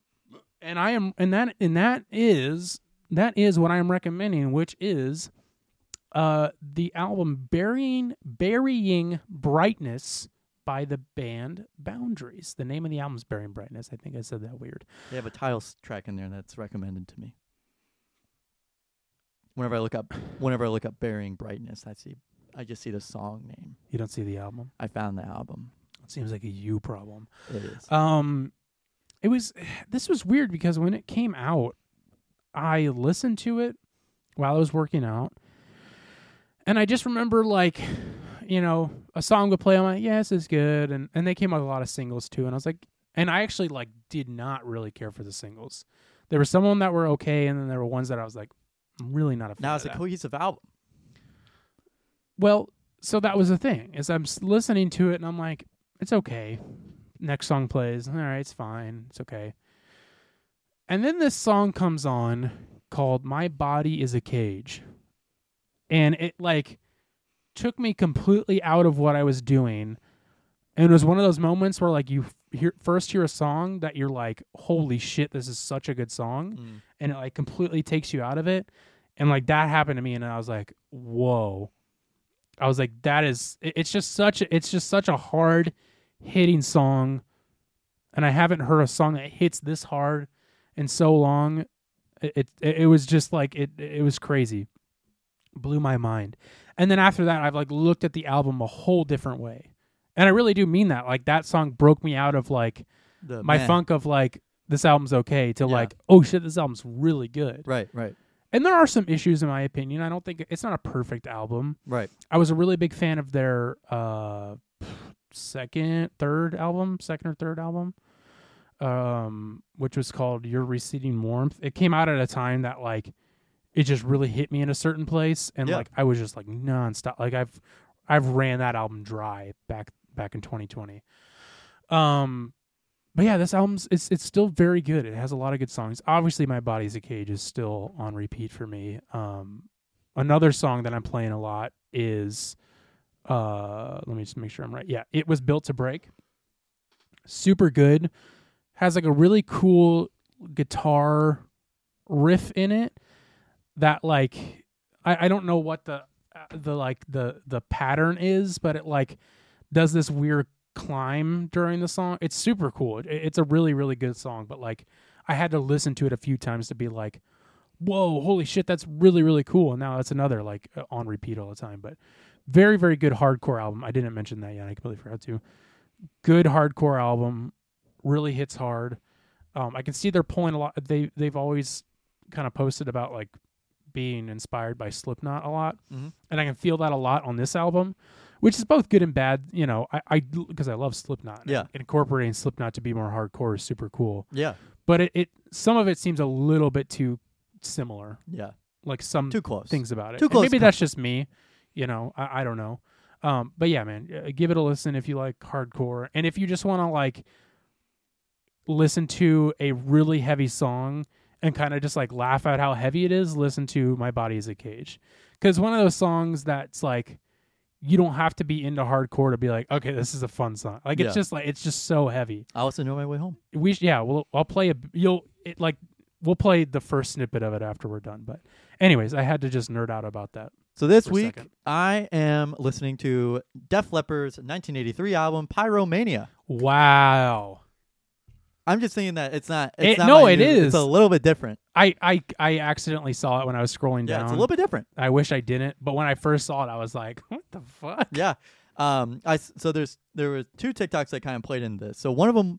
Speaker 3: And I am and that and that is that is what I am recommending, which is uh the album Burying Burying Brightness by the band Boundaries. The name of the album is Burying Brightness. I think I said that weird.
Speaker 5: they have a title s- track in there that's recommended to me. Whenever I look up, whenever I look up "Burying Brightness," I see, I just see the song name.
Speaker 3: You don't see the album.
Speaker 5: I found the album.
Speaker 3: It seems like a you problem.
Speaker 5: It is.
Speaker 3: Um, it was this was weird because when it came out, I listened to it while I was working out, and I just remember like, you know, a song would play. I'm like, yeah, this is good, and and they came out with a lot of singles too, and I was like, and I actually like did not really care for the singles. There were some of them that were okay, and then there were ones that I was like, I'm really not a fan.
Speaker 5: now
Speaker 3: of
Speaker 5: it's a
Speaker 3: that.
Speaker 5: cohesive album.
Speaker 3: Well, so that was the thing is I'm s- listening to it and I'm like, it's okay. Next song plays. All right, it's fine. It's okay. And then this song comes on called "My Body Is a Cage," and it like took me completely out of what I was doing. And it was one of those moments where like you f- hear first hear a song that you're like, "Holy shit, this is such a good song,"
Speaker 5: Mm.
Speaker 3: and it like completely takes you out of it. And like that happened to me, and I was like, "Whoa." I was like, that is it- it's just such a- it's just such a hard hitting song. And I haven't heard a song that hits this hard in so long. It it, it was just like it it was crazy. Blew my mind. And then after that I've like looked at the album a whole different way. And I really do mean that. Like that song broke me out of like
Speaker 5: The
Speaker 3: my
Speaker 5: man.
Speaker 3: funk of like this album's okay to
Speaker 5: Yeah.
Speaker 3: like, oh shit, this album's really good.
Speaker 5: Right, right,
Speaker 3: And there are some issues in my opinion. I don't think it's not a perfect album.
Speaker 5: right.
Speaker 3: I was a really big fan of their uh second, third album, second or third album, um, which was called "Your Receding Warmth." It came out at a time that like it just really hit me in a certain place, and
Speaker 5: Yeah.
Speaker 3: like I was just like nonstop. Like I've I've ran that album dry back back in 2020. Um, but yeah, this album's it's it's still very good. It has a lot of good songs. Obviously, my body's a cage is still on repeat for me. Um, another song that I'm playing a lot is uh let me just make sure I'm right. Yeah, it was built to break. Super good. Has like a really cool guitar riff in it that like I, I don't know what the uh, the like the the pattern is, but it like does this weird climb during the song. It's super cool. It, it's a really really good song, but like I had to listen to it a few times to be like, whoa, holy shit, that's really really cool. And now that's another like uh, on repeat all the time. But very very good hardcore album. I didn't mention that yet. I completely forgot to. Good hardcore album, really hits hard. Um, I can see they're pulling a lot. They they've always kind of posted about like being inspired by Slipknot a lot,
Speaker 5: Mhm.
Speaker 3: and I can feel that a lot on this album, which is both good and bad. You know, I I because I love Slipknot. and
Speaker 5: Yeah.
Speaker 3: incorporating Slipknot to be more hardcore is super cool,
Speaker 5: Yeah.
Speaker 3: but it, it some of it seems a little bit too similar.
Speaker 5: Yeah.
Speaker 3: Like some
Speaker 5: Too close.
Speaker 3: things about it.
Speaker 5: Too
Speaker 3: And
Speaker 5: close
Speaker 3: maybe
Speaker 5: to
Speaker 3: that's just me. You know, I, I don't know. Um, but yeah, man, uh, give it a listen if you like hardcore, and if you just want to like listen to a really heavy song and kind of just like laugh at how heavy it is, listen to "My Body Is a Cage," because one of those songs that's like you don't have to be into hardcore to be like, okay, this is a fun song. Like
Speaker 5: Yeah.
Speaker 3: it's just like it's just so heavy.
Speaker 5: I also know my way home.
Speaker 3: We sh- yeah, we'll I'll play a you'll it like we'll play the first snippet of it after we're done. But anyways, I had to just nerd out about that.
Speaker 5: So this
Speaker 3: For a
Speaker 5: week
Speaker 3: second.
Speaker 5: I am listening to Def Leppard's 1983 album Pyromania.
Speaker 3: Wow.
Speaker 5: I'm just saying that it's not.
Speaker 3: It-
Speaker 5: It's not
Speaker 3: no,
Speaker 5: my
Speaker 3: it
Speaker 5: new-
Speaker 3: is.
Speaker 5: It's a little bit different.
Speaker 3: I, I I accidentally saw it when I was scrolling
Speaker 5: Yeah,
Speaker 3: down.
Speaker 5: it's a little bit different.
Speaker 3: I wish I didn't, but when I first saw it, I was like, "What the fuck?"
Speaker 5: Yeah. Um. I s- so there's there were two TikToks that kind of played into this. So one of them.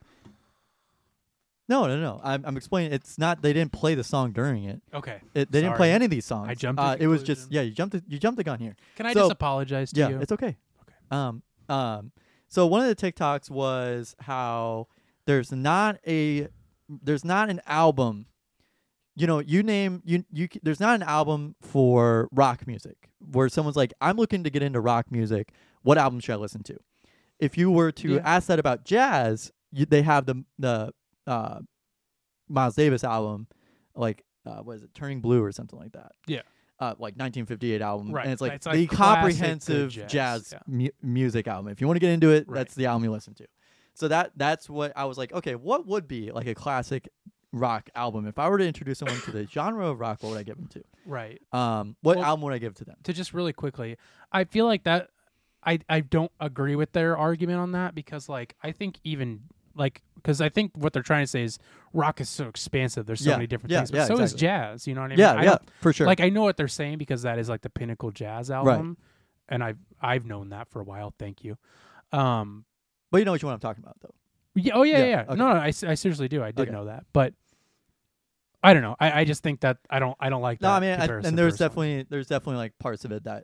Speaker 5: No, no, no. I'm I'm explaining. It's not. They didn't play the song during it.
Speaker 3: Okay.
Speaker 5: it they didn't
Speaker 3: Sorry.
Speaker 5: play any of these songs.
Speaker 3: I jumped to
Speaker 5: Uh, it was just
Speaker 3: conclusion.
Speaker 5: yeah. You jumped. the- You jumped the gun here.
Speaker 3: Can I
Speaker 5: So-
Speaker 3: just apologize to
Speaker 5: yeah,
Speaker 3: you?
Speaker 5: it's okay.
Speaker 3: Okay.
Speaker 5: Um, um, so one of the TikToks was how there's not a there's not an album. You know, you name you you c- there's not an album for rock music where someone's like, I'm looking to get into rock music. What album should I listen to? If you were to
Speaker 3: Yeah.
Speaker 5: ask that about jazz, you, they have the the uh, Miles Davis album, like uh, what is it, Turning Blue or something like that uh, like 1958 album,
Speaker 3: Right.
Speaker 5: and it's like
Speaker 3: It's
Speaker 5: the
Speaker 3: like classic good
Speaker 5: comprehensive
Speaker 3: jazz,
Speaker 5: jazz,
Speaker 3: yeah.
Speaker 5: mu- music album. If you want to get into it,
Speaker 3: Right.
Speaker 5: that's the album you listen to. So that that's what I was like. Okay, what would be like a classic rock album if I were to introduce someone to the genre of rock? What would I give them to?
Speaker 3: right.
Speaker 5: Um, what
Speaker 3: Well-
Speaker 5: album would I give to them?
Speaker 3: To just really quickly, I feel like that I I don't agree with their argument on that because like I think even like because I think what they're trying to say is rock is so expansive. There's so
Speaker 5: Yeah,
Speaker 3: many different
Speaker 5: yeah,
Speaker 3: things, but
Speaker 5: yeah,
Speaker 3: so is
Speaker 5: exactly.
Speaker 3: jazz. You know what I mean?
Speaker 5: yeah,
Speaker 3: I
Speaker 5: yeah,
Speaker 3: don't-
Speaker 5: for sure.
Speaker 3: Like I know what they're saying because that is like the pinnacle jazz album, and I've I've known that for a while. Thank you. Um.
Speaker 5: but you know what you want I'm talking about though.
Speaker 3: Yeah. Oh yeah. Yeah.
Speaker 5: Yeah,
Speaker 3: yeah.
Speaker 5: okay.
Speaker 3: No. No. I, s- I seriously do. I did
Speaker 5: Okay.
Speaker 3: know that, but I don't know. I, I just think that I don't I don't like
Speaker 5: No,
Speaker 3: that.
Speaker 5: I mean, I,
Speaker 3: comparison
Speaker 5: and there's
Speaker 3: personally.
Speaker 5: definitely there's definitely like parts of it that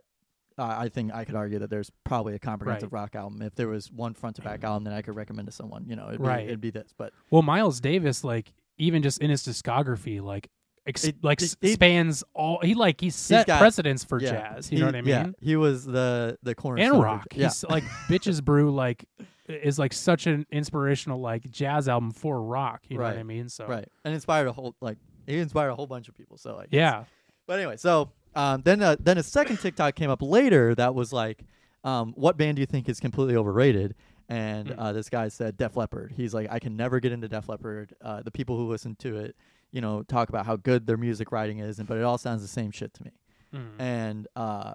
Speaker 5: uh, I think I could argue that there's probably a comprehensive rock album. If there was one front to back album that I could recommend to someone, you know, it'd be,
Speaker 3: Mm. Right.
Speaker 5: it'd be this. But
Speaker 3: well Miles Davis like even just in his discography like ex-
Speaker 5: It-
Speaker 3: like
Speaker 5: it-
Speaker 3: s-
Speaker 5: it-
Speaker 3: spans all he like he set
Speaker 5: got-
Speaker 3: precedents for
Speaker 5: Yeah.
Speaker 3: jazz. You know
Speaker 5: He-
Speaker 3: what I mean?
Speaker 5: Yeah, he was the the cornerstone.
Speaker 3: and
Speaker 5: of
Speaker 3: rock.
Speaker 5: the- Yeah,
Speaker 3: He's like Bitches Brew like is like such an inspirational like jazz album for rock. You know what I
Speaker 5: Right.
Speaker 3: mean? So
Speaker 5: right. And inspired a whole like he inspired a whole bunch of people. So like it's-
Speaker 3: yeah,
Speaker 5: But anyway, so um, then uh, then a second TikTok came up later that was like, um, what band do you think is completely overrated? And uh, this guy said Def Leppard. He's like, I can never get into Def Leppard. Uh, the people who listen to it, you know, talk about how good their music writing is, and but it all sounds the same shit to me. And uh,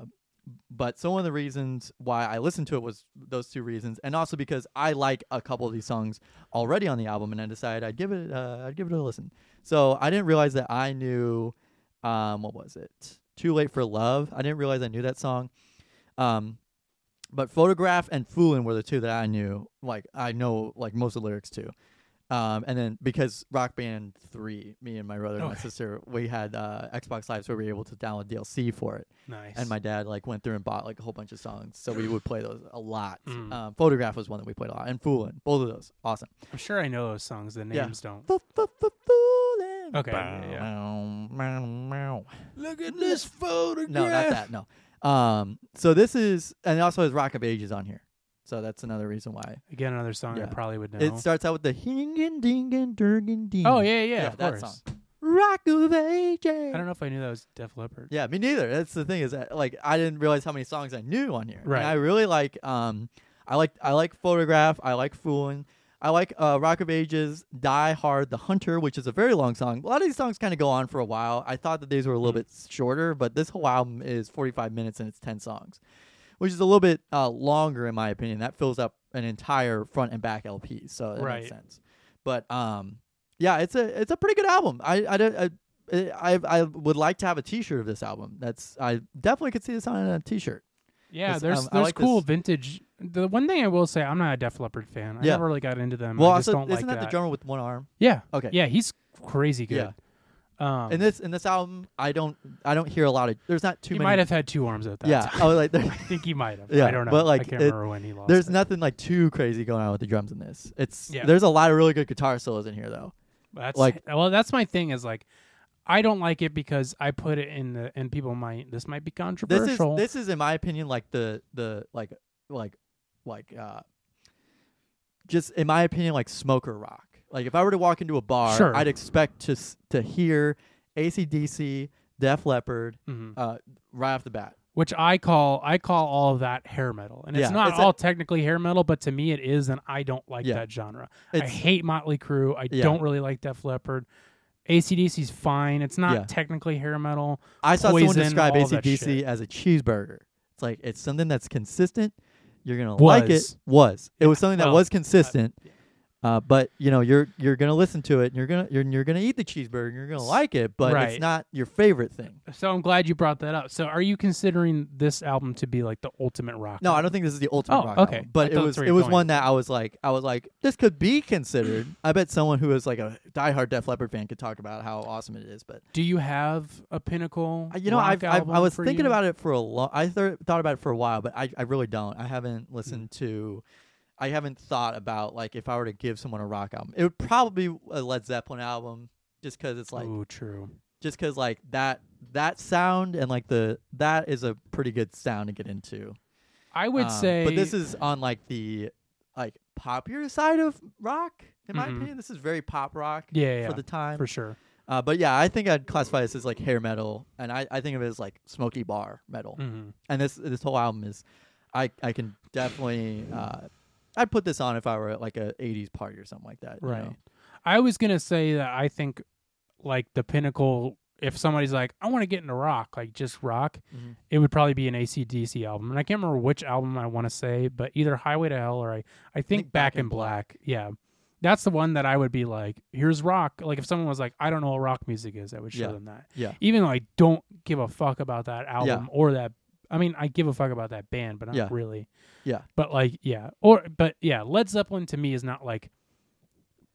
Speaker 5: but so one of the reasons why I listened to it was those two reasons, and also because I like a couple of these songs already on the album, and I decided I'd give it uh, I'd give it a listen. So I didn't realize that I knew um, what was it? Too late for love. I didn't realize I knew that song. Um, but photograph and foolin were the two that I knew. Like I know like most of the lyrics too. Um, and then because Rock Band Three, me and my brother and my
Speaker 3: Okay.
Speaker 5: sister, we had uh, Xbox Live, so we were able to download DLC for it
Speaker 3: nice.
Speaker 5: and my dad like went through and bought like a whole bunch of songs so we would play those a lot
Speaker 3: Mm.
Speaker 5: um, photograph was one that we played a lot and foolin both of those awesome
Speaker 3: I'm sure I know those songs. The
Speaker 5: Yeah.
Speaker 3: names don't.
Speaker 5: Foolin'.
Speaker 3: Okay, yeah, yeah, yeah.
Speaker 7: Look at this photograph.
Speaker 5: no not that no um so this is and it also has rock of ages on here so that's another reason why
Speaker 3: Again, another song I
Speaker 5: Yeah.
Speaker 3: probably would know.
Speaker 5: it starts out with the hing and ding and durg and ding
Speaker 3: oh yeah, yeah,
Speaker 5: yeah
Speaker 3: of
Speaker 5: that
Speaker 3: course.
Speaker 5: song rock of ages
Speaker 3: I don't know if I knew that was Def Leppard.
Speaker 5: Yeah, me neither. That's the thing is that like I didn't realize how many songs I knew on here.
Speaker 3: Right.
Speaker 5: And I really like um I like I like Photograph, I like Fooling, I like uh, Rock of Ages, Die Hard, The Hunter, which is a very long song. A lot of these songs kind of go on for a while. I thought that these were a little bit shorter, but this whole album is 45 minutes and it's 10 songs, which is a little bit uh, longer in my opinion. That fills up an entire front and back LP, so that
Speaker 3: Right.
Speaker 5: makes sense. But um yeah, it's a it's a pretty good album. I I don't- I I I would like to have a T-shirt of this album. That's I definitely could see this on a T-shirt.
Speaker 3: Yeah,
Speaker 5: This-
Speaker 3: there's
Speaker 5: um, I
Speaker 3: there's
Speaker 5: like
Speaker 3: cool
Speaker 5: this.
Speaker 3: vintage. The one thing I will say, I'm not a Def Leppard fan. I
Speaker 5: Yeah.
Speaker 3: never really got into them.
Speaker 5: Well,
Speaker 3: I just
Speaker 5: also
Speaker 3: don't
Speaker 5: isn't
Speaker 3: like
Speaker 5: that the drummer with one arm?
Speaker 3: Yeah.
Speaker 5: Okay.
Speaker 3: Yeah, he's crazy good. Um,
Speaker 5: In this in this album, I don't I don't hear a lot of. There's not too
Speaker 3: he
Speaker 5: many.
Speaker 3: might have had two arms at that
Speaker 5: yeah,
Speaker 3: time.
Speaker 5: I was like,
Speaker 3: I
Speaker 5: there-
Speaker 3: think he might have.
Speaker 5: Yeah,
Speaker 3: I don't know.
Speaker 5: but, like,
Speaker 3: I can't
Speaker 5: it-
Speaker 3: remember when he lost.
Speaker 5: there's
Speaker 3: it.
Speaker 5: nothing like too crazy going on with the drums in this. It's
Speaker 3: Yeah.
Speaker 5: there's a lot of really good guitar solos in here though.
Speaker 3: That's
Speaker 5: like-
Speaker 3: well, that's my thing is like, I don't like it because I put it in the and people might this might be
Speaker 5: This is
Speaker 3: controversial.
Speaker 5: this is in my opinion like the the like like like uh just in my opinion like smoker rock. Like if I were to walk into a bar,
Speaker 3: Sure.
Speaker 5: I'd expect to s- to hear ACDC, Def Leppard,
Speaker 3: Mhm.
Speaker 5: uh, right off the bat.
Speaker 3: which I call I call all of that hair metal, and it's
Speaker 5: Yeah,
Speaker 3: not
Speaker 5: it's a-
Speaker 3: all technically hair metal, but to me it is, and I don't like
Speaker 5: Yeah.
Speaker 3: that genre. I
Speaker 5: It's-
Speaker 3: hate Motley Crue. I
Speaker 5: Yeah.
Speaker 3: don't really like Def Leppard. ACDC's fine. It's not
Speaker 5: Yeah.
Speaker 3: technically hair metal.
Speaker 5: I saw someone
Speaker 3: Poison,
Speaker 5: describe
Speaker 3: all that
Speaker 5: ACDC
Speaker 3: shit.
Speaker 5: as a cheeseburger. It's like it's something that's consistent. You're gonna like it.
Speaker 3: Was. Oh,
Speaker 5: Was it was something that
Speaker 3: well,
Speaker 5: was consistent. uh, but you know you're you're gonna listen to it and you're gonna you're, you're gonna eat the cheeseburger and you're gonna like it, but
Speaker 3: Right.
Speaker 5: it's not your favorite thing.
Speaker 3: So I'm glad you brought that up. So are you considering this album to be like the ultimate rock?
Speaker 5: No, I don't think this is the ultimate
Speaker 3: Oh,
Speaker 5: rock
Speaker 3: okay.
Speaker 5: album,
Speaker 3: I
Speaker 5: but
Speaker 3: thought
Speaker 5: it
Speaker 3: that's
Speaker 5: was
Speaker 3: where
Speaker 5: it
Speaker 3: you're
Speaker 5: was
Speaker 3: going.
Speaker 5: one that I was like I was like this could be considered. I bet someone who is like a diehard Def Leppard fan could talk about how awesome it is, but
Speaker 3: Do you have a pinnacle?
Speaker 5: Uh, You know,
Speaker 3: rock
Speaker 5: I've, I've, I
Speaker 3: album
Speaker 5: was
Speaker 3: for
Speaker 5: thinking
Speaker 3: you?
Speaker 5: about it for a long. I th- thought about it for a while, but I, I really don't. I
Speaker 3: Hmm.
Speaker 5: haven't listened to. I haven't thought about like if I were to give someone a rock album, it would probably be a Led Zeppelin album, just because it's like
Speaker 3: Ooh, true.
Speaker 5: just because like that that sound and like the that is a pretty good sound to get into.
Speaker 3: I would
Speaker 5: Um,
Speaker 3: say,
Speaker 5: but this is on like the like popular side of rock. In my
Speaker 3: Mhm.
Speaker 5: opinion, this is very pop rock.
Speaker 3: Yeah, yeah,
Speaker 5: for
Speaker 3: yeah,
Speaker 5: the time
Speaker 3: for sure.
Speaker 5: Uh, but yeah, I think I'd classify this as like hair metal, and I, I think of it as like smoky bar metal
Speaker 3: Mhm.
Speaker 5: and this this whole album is i i can definitely uh i'd put this on if i were at like a 80s party or something like that you
Speaker 3: Right.
Speaker 5: know?
Speaker 3: I was gonna say that I think, like the pinnacle, if somebody's like, I want to get into rock, like just rock,
Speaker 5: Mhm.
Speaker 3: it would probably be an ACDC album, and I can't remember which album I want to say, but either Highway to Hell or I, I think Back, in Black. Yeah, that's the one that I would be like, here's rock. Like if someone was like, I don't know what rock music is, I would show
Speaker 5: Yeah.
Speaker 3: them that.
Speaker 5: Yeah.
Speaker 3: Even though I don't give a fuck about that album or that. I mean, I give a fuck about that band, but not
Speaker 5: Yeah.
Speaker 3: really.
Speaker 5: Yeah.
Speaker 3: But like, yeah, or but yeah, Led Zeppelin to me is not like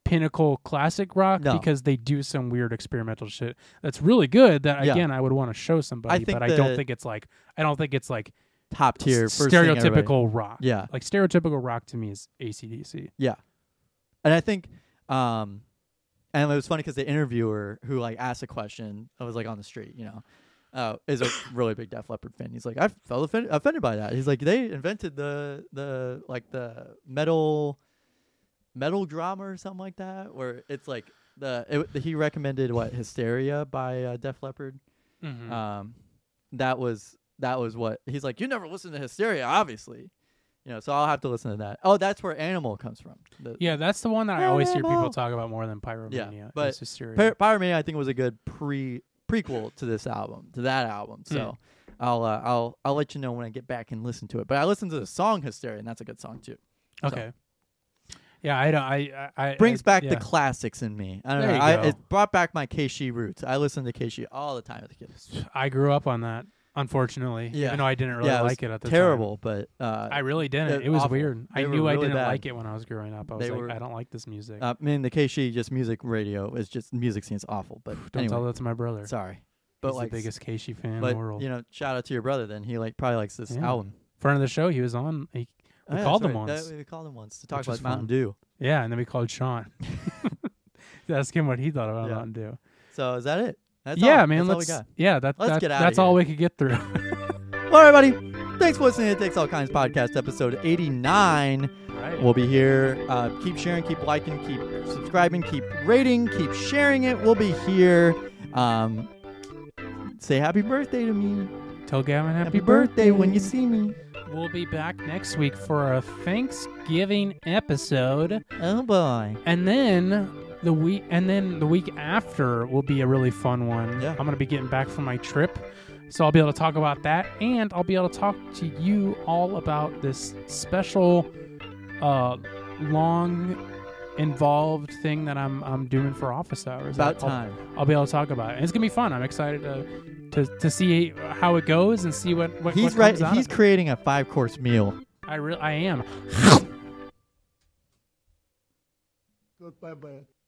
Speaker 3: pinnacle classic rock
Speaker 5: No.
Speaker 3: because they do some weird experimental shit that's really good that
Speaker 5: Yeah.
Speaker 3: again I would want to show somebody
Speaker 5: think
Speaker 3: but I don't
Speaker 5: the-
Speaker 3: think it's like I don't think it's like
Speaker 5: top tier
Speaker 3: s-
Speaker 5: first thing everybody-
Speaker 3: stereotypical rock
Speaker 5: yeah
Speaker 3: like stereotypical rock to me is ACDC
Speaker 5: and i think um and it was funny because the interviewer who like asked a question i was like on the street you know uh, is a really big Def Leppard fan. He's like, I felt offended, offended by that. He's like, they invented the the like the metal metal drama or something like that, where it's like the it, he recommended what Hysteria by uh, Def Leppard.
Speaker 3: Mhm.
Speaker 5: um, that was that was what he's like. You never listen to Hysteria, obviously. You know, so I'll have to listen to that. Oh, that's where Animal comes from. The,
Speaker 3: yeah that's the one that I always hear people
Speaker 5: Animal.
Speaker 3: talk about more than Pyromania
Speaker 5: but
Speaker 3: is Hysteria.
Speaker 5: Py- Pyromania, I think, was a good pre prequel to this album, to that album.
Speaker 3: Hmm.
Speaker 5: So I'll uh, I'll I'll let you know when I get back and listen to it. But I listened to the song Hysteria, and that's a good song too.
Speaker 3: okay yeah I don't I I, I
Speaker 5: Brings
Speaker 3: I-
Speaker 5: back
Speaker 3: yeah.
Speaker 5: the classics in me. I don't
Speaker 3: There
Speaker 5: know.
Speaker 3: you
Speaker 5: I,
Speaker 3: go.
Speaker 5: It brought back my Keishi roots. I listened to Keishi all the time as a kid.
Speaker 3: I grew up on that unfortunately
Speaker 5: Yeah.
Speaker 3: even though I didn't really
Speaker 5: yeah, it was
Speaker 3: like it at the time.
Speaker 5: terrible, but uh,
Speaker 3: I really didn't.
Speaker 5: They're
Speaker 3: It was
Speaker 5: awful.
Speaker 3: weird. I
Speaker 5: They were
Speaker 3: knew I
Speaker 5: really
Speaker 3: didn't
Speaker 5: bad.
Speaker 3: like it when I was growing up. I was
Speaker 5: They
Speaker 3: like,
Speaker 5: were-
Speaker 3: I don't like this music.
Speaker 5: Uh, I mean, the Keishi just music radio is just music scene's awful. But
Speaker 3: Don't
Speaker 5: anyway,
Speaker 3: tell that to my brother.
Speaker 5: sorry, but
Speaker 3: He's
Speaker 5: like,
Speaker 3: the biggest Casey fan in
Speaker 5: but
Speaker 3: the world.
Speaker 5: you know, shout out to your brother. Then he like probably likes this
Speaker 3: Yeah.
Speaker 5: album.
Speaker 3: Front of the show, he was on. He, we
Speaker 5: Oh, yeah,
Speaker 3: called
Speaker 5: that's
Speaker 3: him
Speaker 5: right.
Speaker 3: once.
Speaker 5: That- we called him once to talk
Speaker 3: Which was
Speaker 5: about Mountain
Speaker 3: fun.
Speaker 5: Dew.
Speaker 3: yeah, and then we called Sean. to ask him what he thought about
Speaker 5: Yeah.
Speaker 3: Mountain Dew.
Speaker 5: So is that it? That's
Speaker 3: yeah,
Speaker 5: all.
Speaker 3: man.
Speaker 5: That's
Speaker 3: let's
Speaker 5: all we got.
Speaker 3: yeah. That,
Speaker 5: Let's
Speaker 3: that-
Speaker 5: get outta
Speaker 3: that's all
Speaker 5: here.
Speaker 3: we could get through.
Speaker 5: All right, buddy. Thanks for listening to Takes All Kinds podcast episode eighty nine.
Speaker 3: right.
Speaker 5: We'll be here. Uh, keep sharing, keep liking, keep subscribing, keep rating, keep sharing it. We'll be here. Um, say happy birthday to me.
Speaker 3: Tell Gavin happy,
Speaker 5: Happy birthday when you see me.
Speaker 3: We'll be back next week for a Thanksgiving episode.
Speaker 5: Oh boy.
Speaker 3: And then the week and then the week after will be a really fun one.
Speaker 5: Yeah.
Speaker 3: I'm gonna be getting back from my trip. So I'll be able to talk about that and I'll be able to talk to you all about this special uh long involved thing that I'm I'm doing for office hours.
Speaker 5: About
Speaker 3: I'll-
Speaker 5: time.
Speaker 3: I'll, be able to talk about it. And it's gonna be fun. I'm excited to to, to see how it goes and see what, what what
Speaker 5: He's right.
Speaker 3: comes out
Speaker 5: He's
Speaker 3: of it.
Speaker 5: creating a five course meal.
Speaker 3: I re- I am.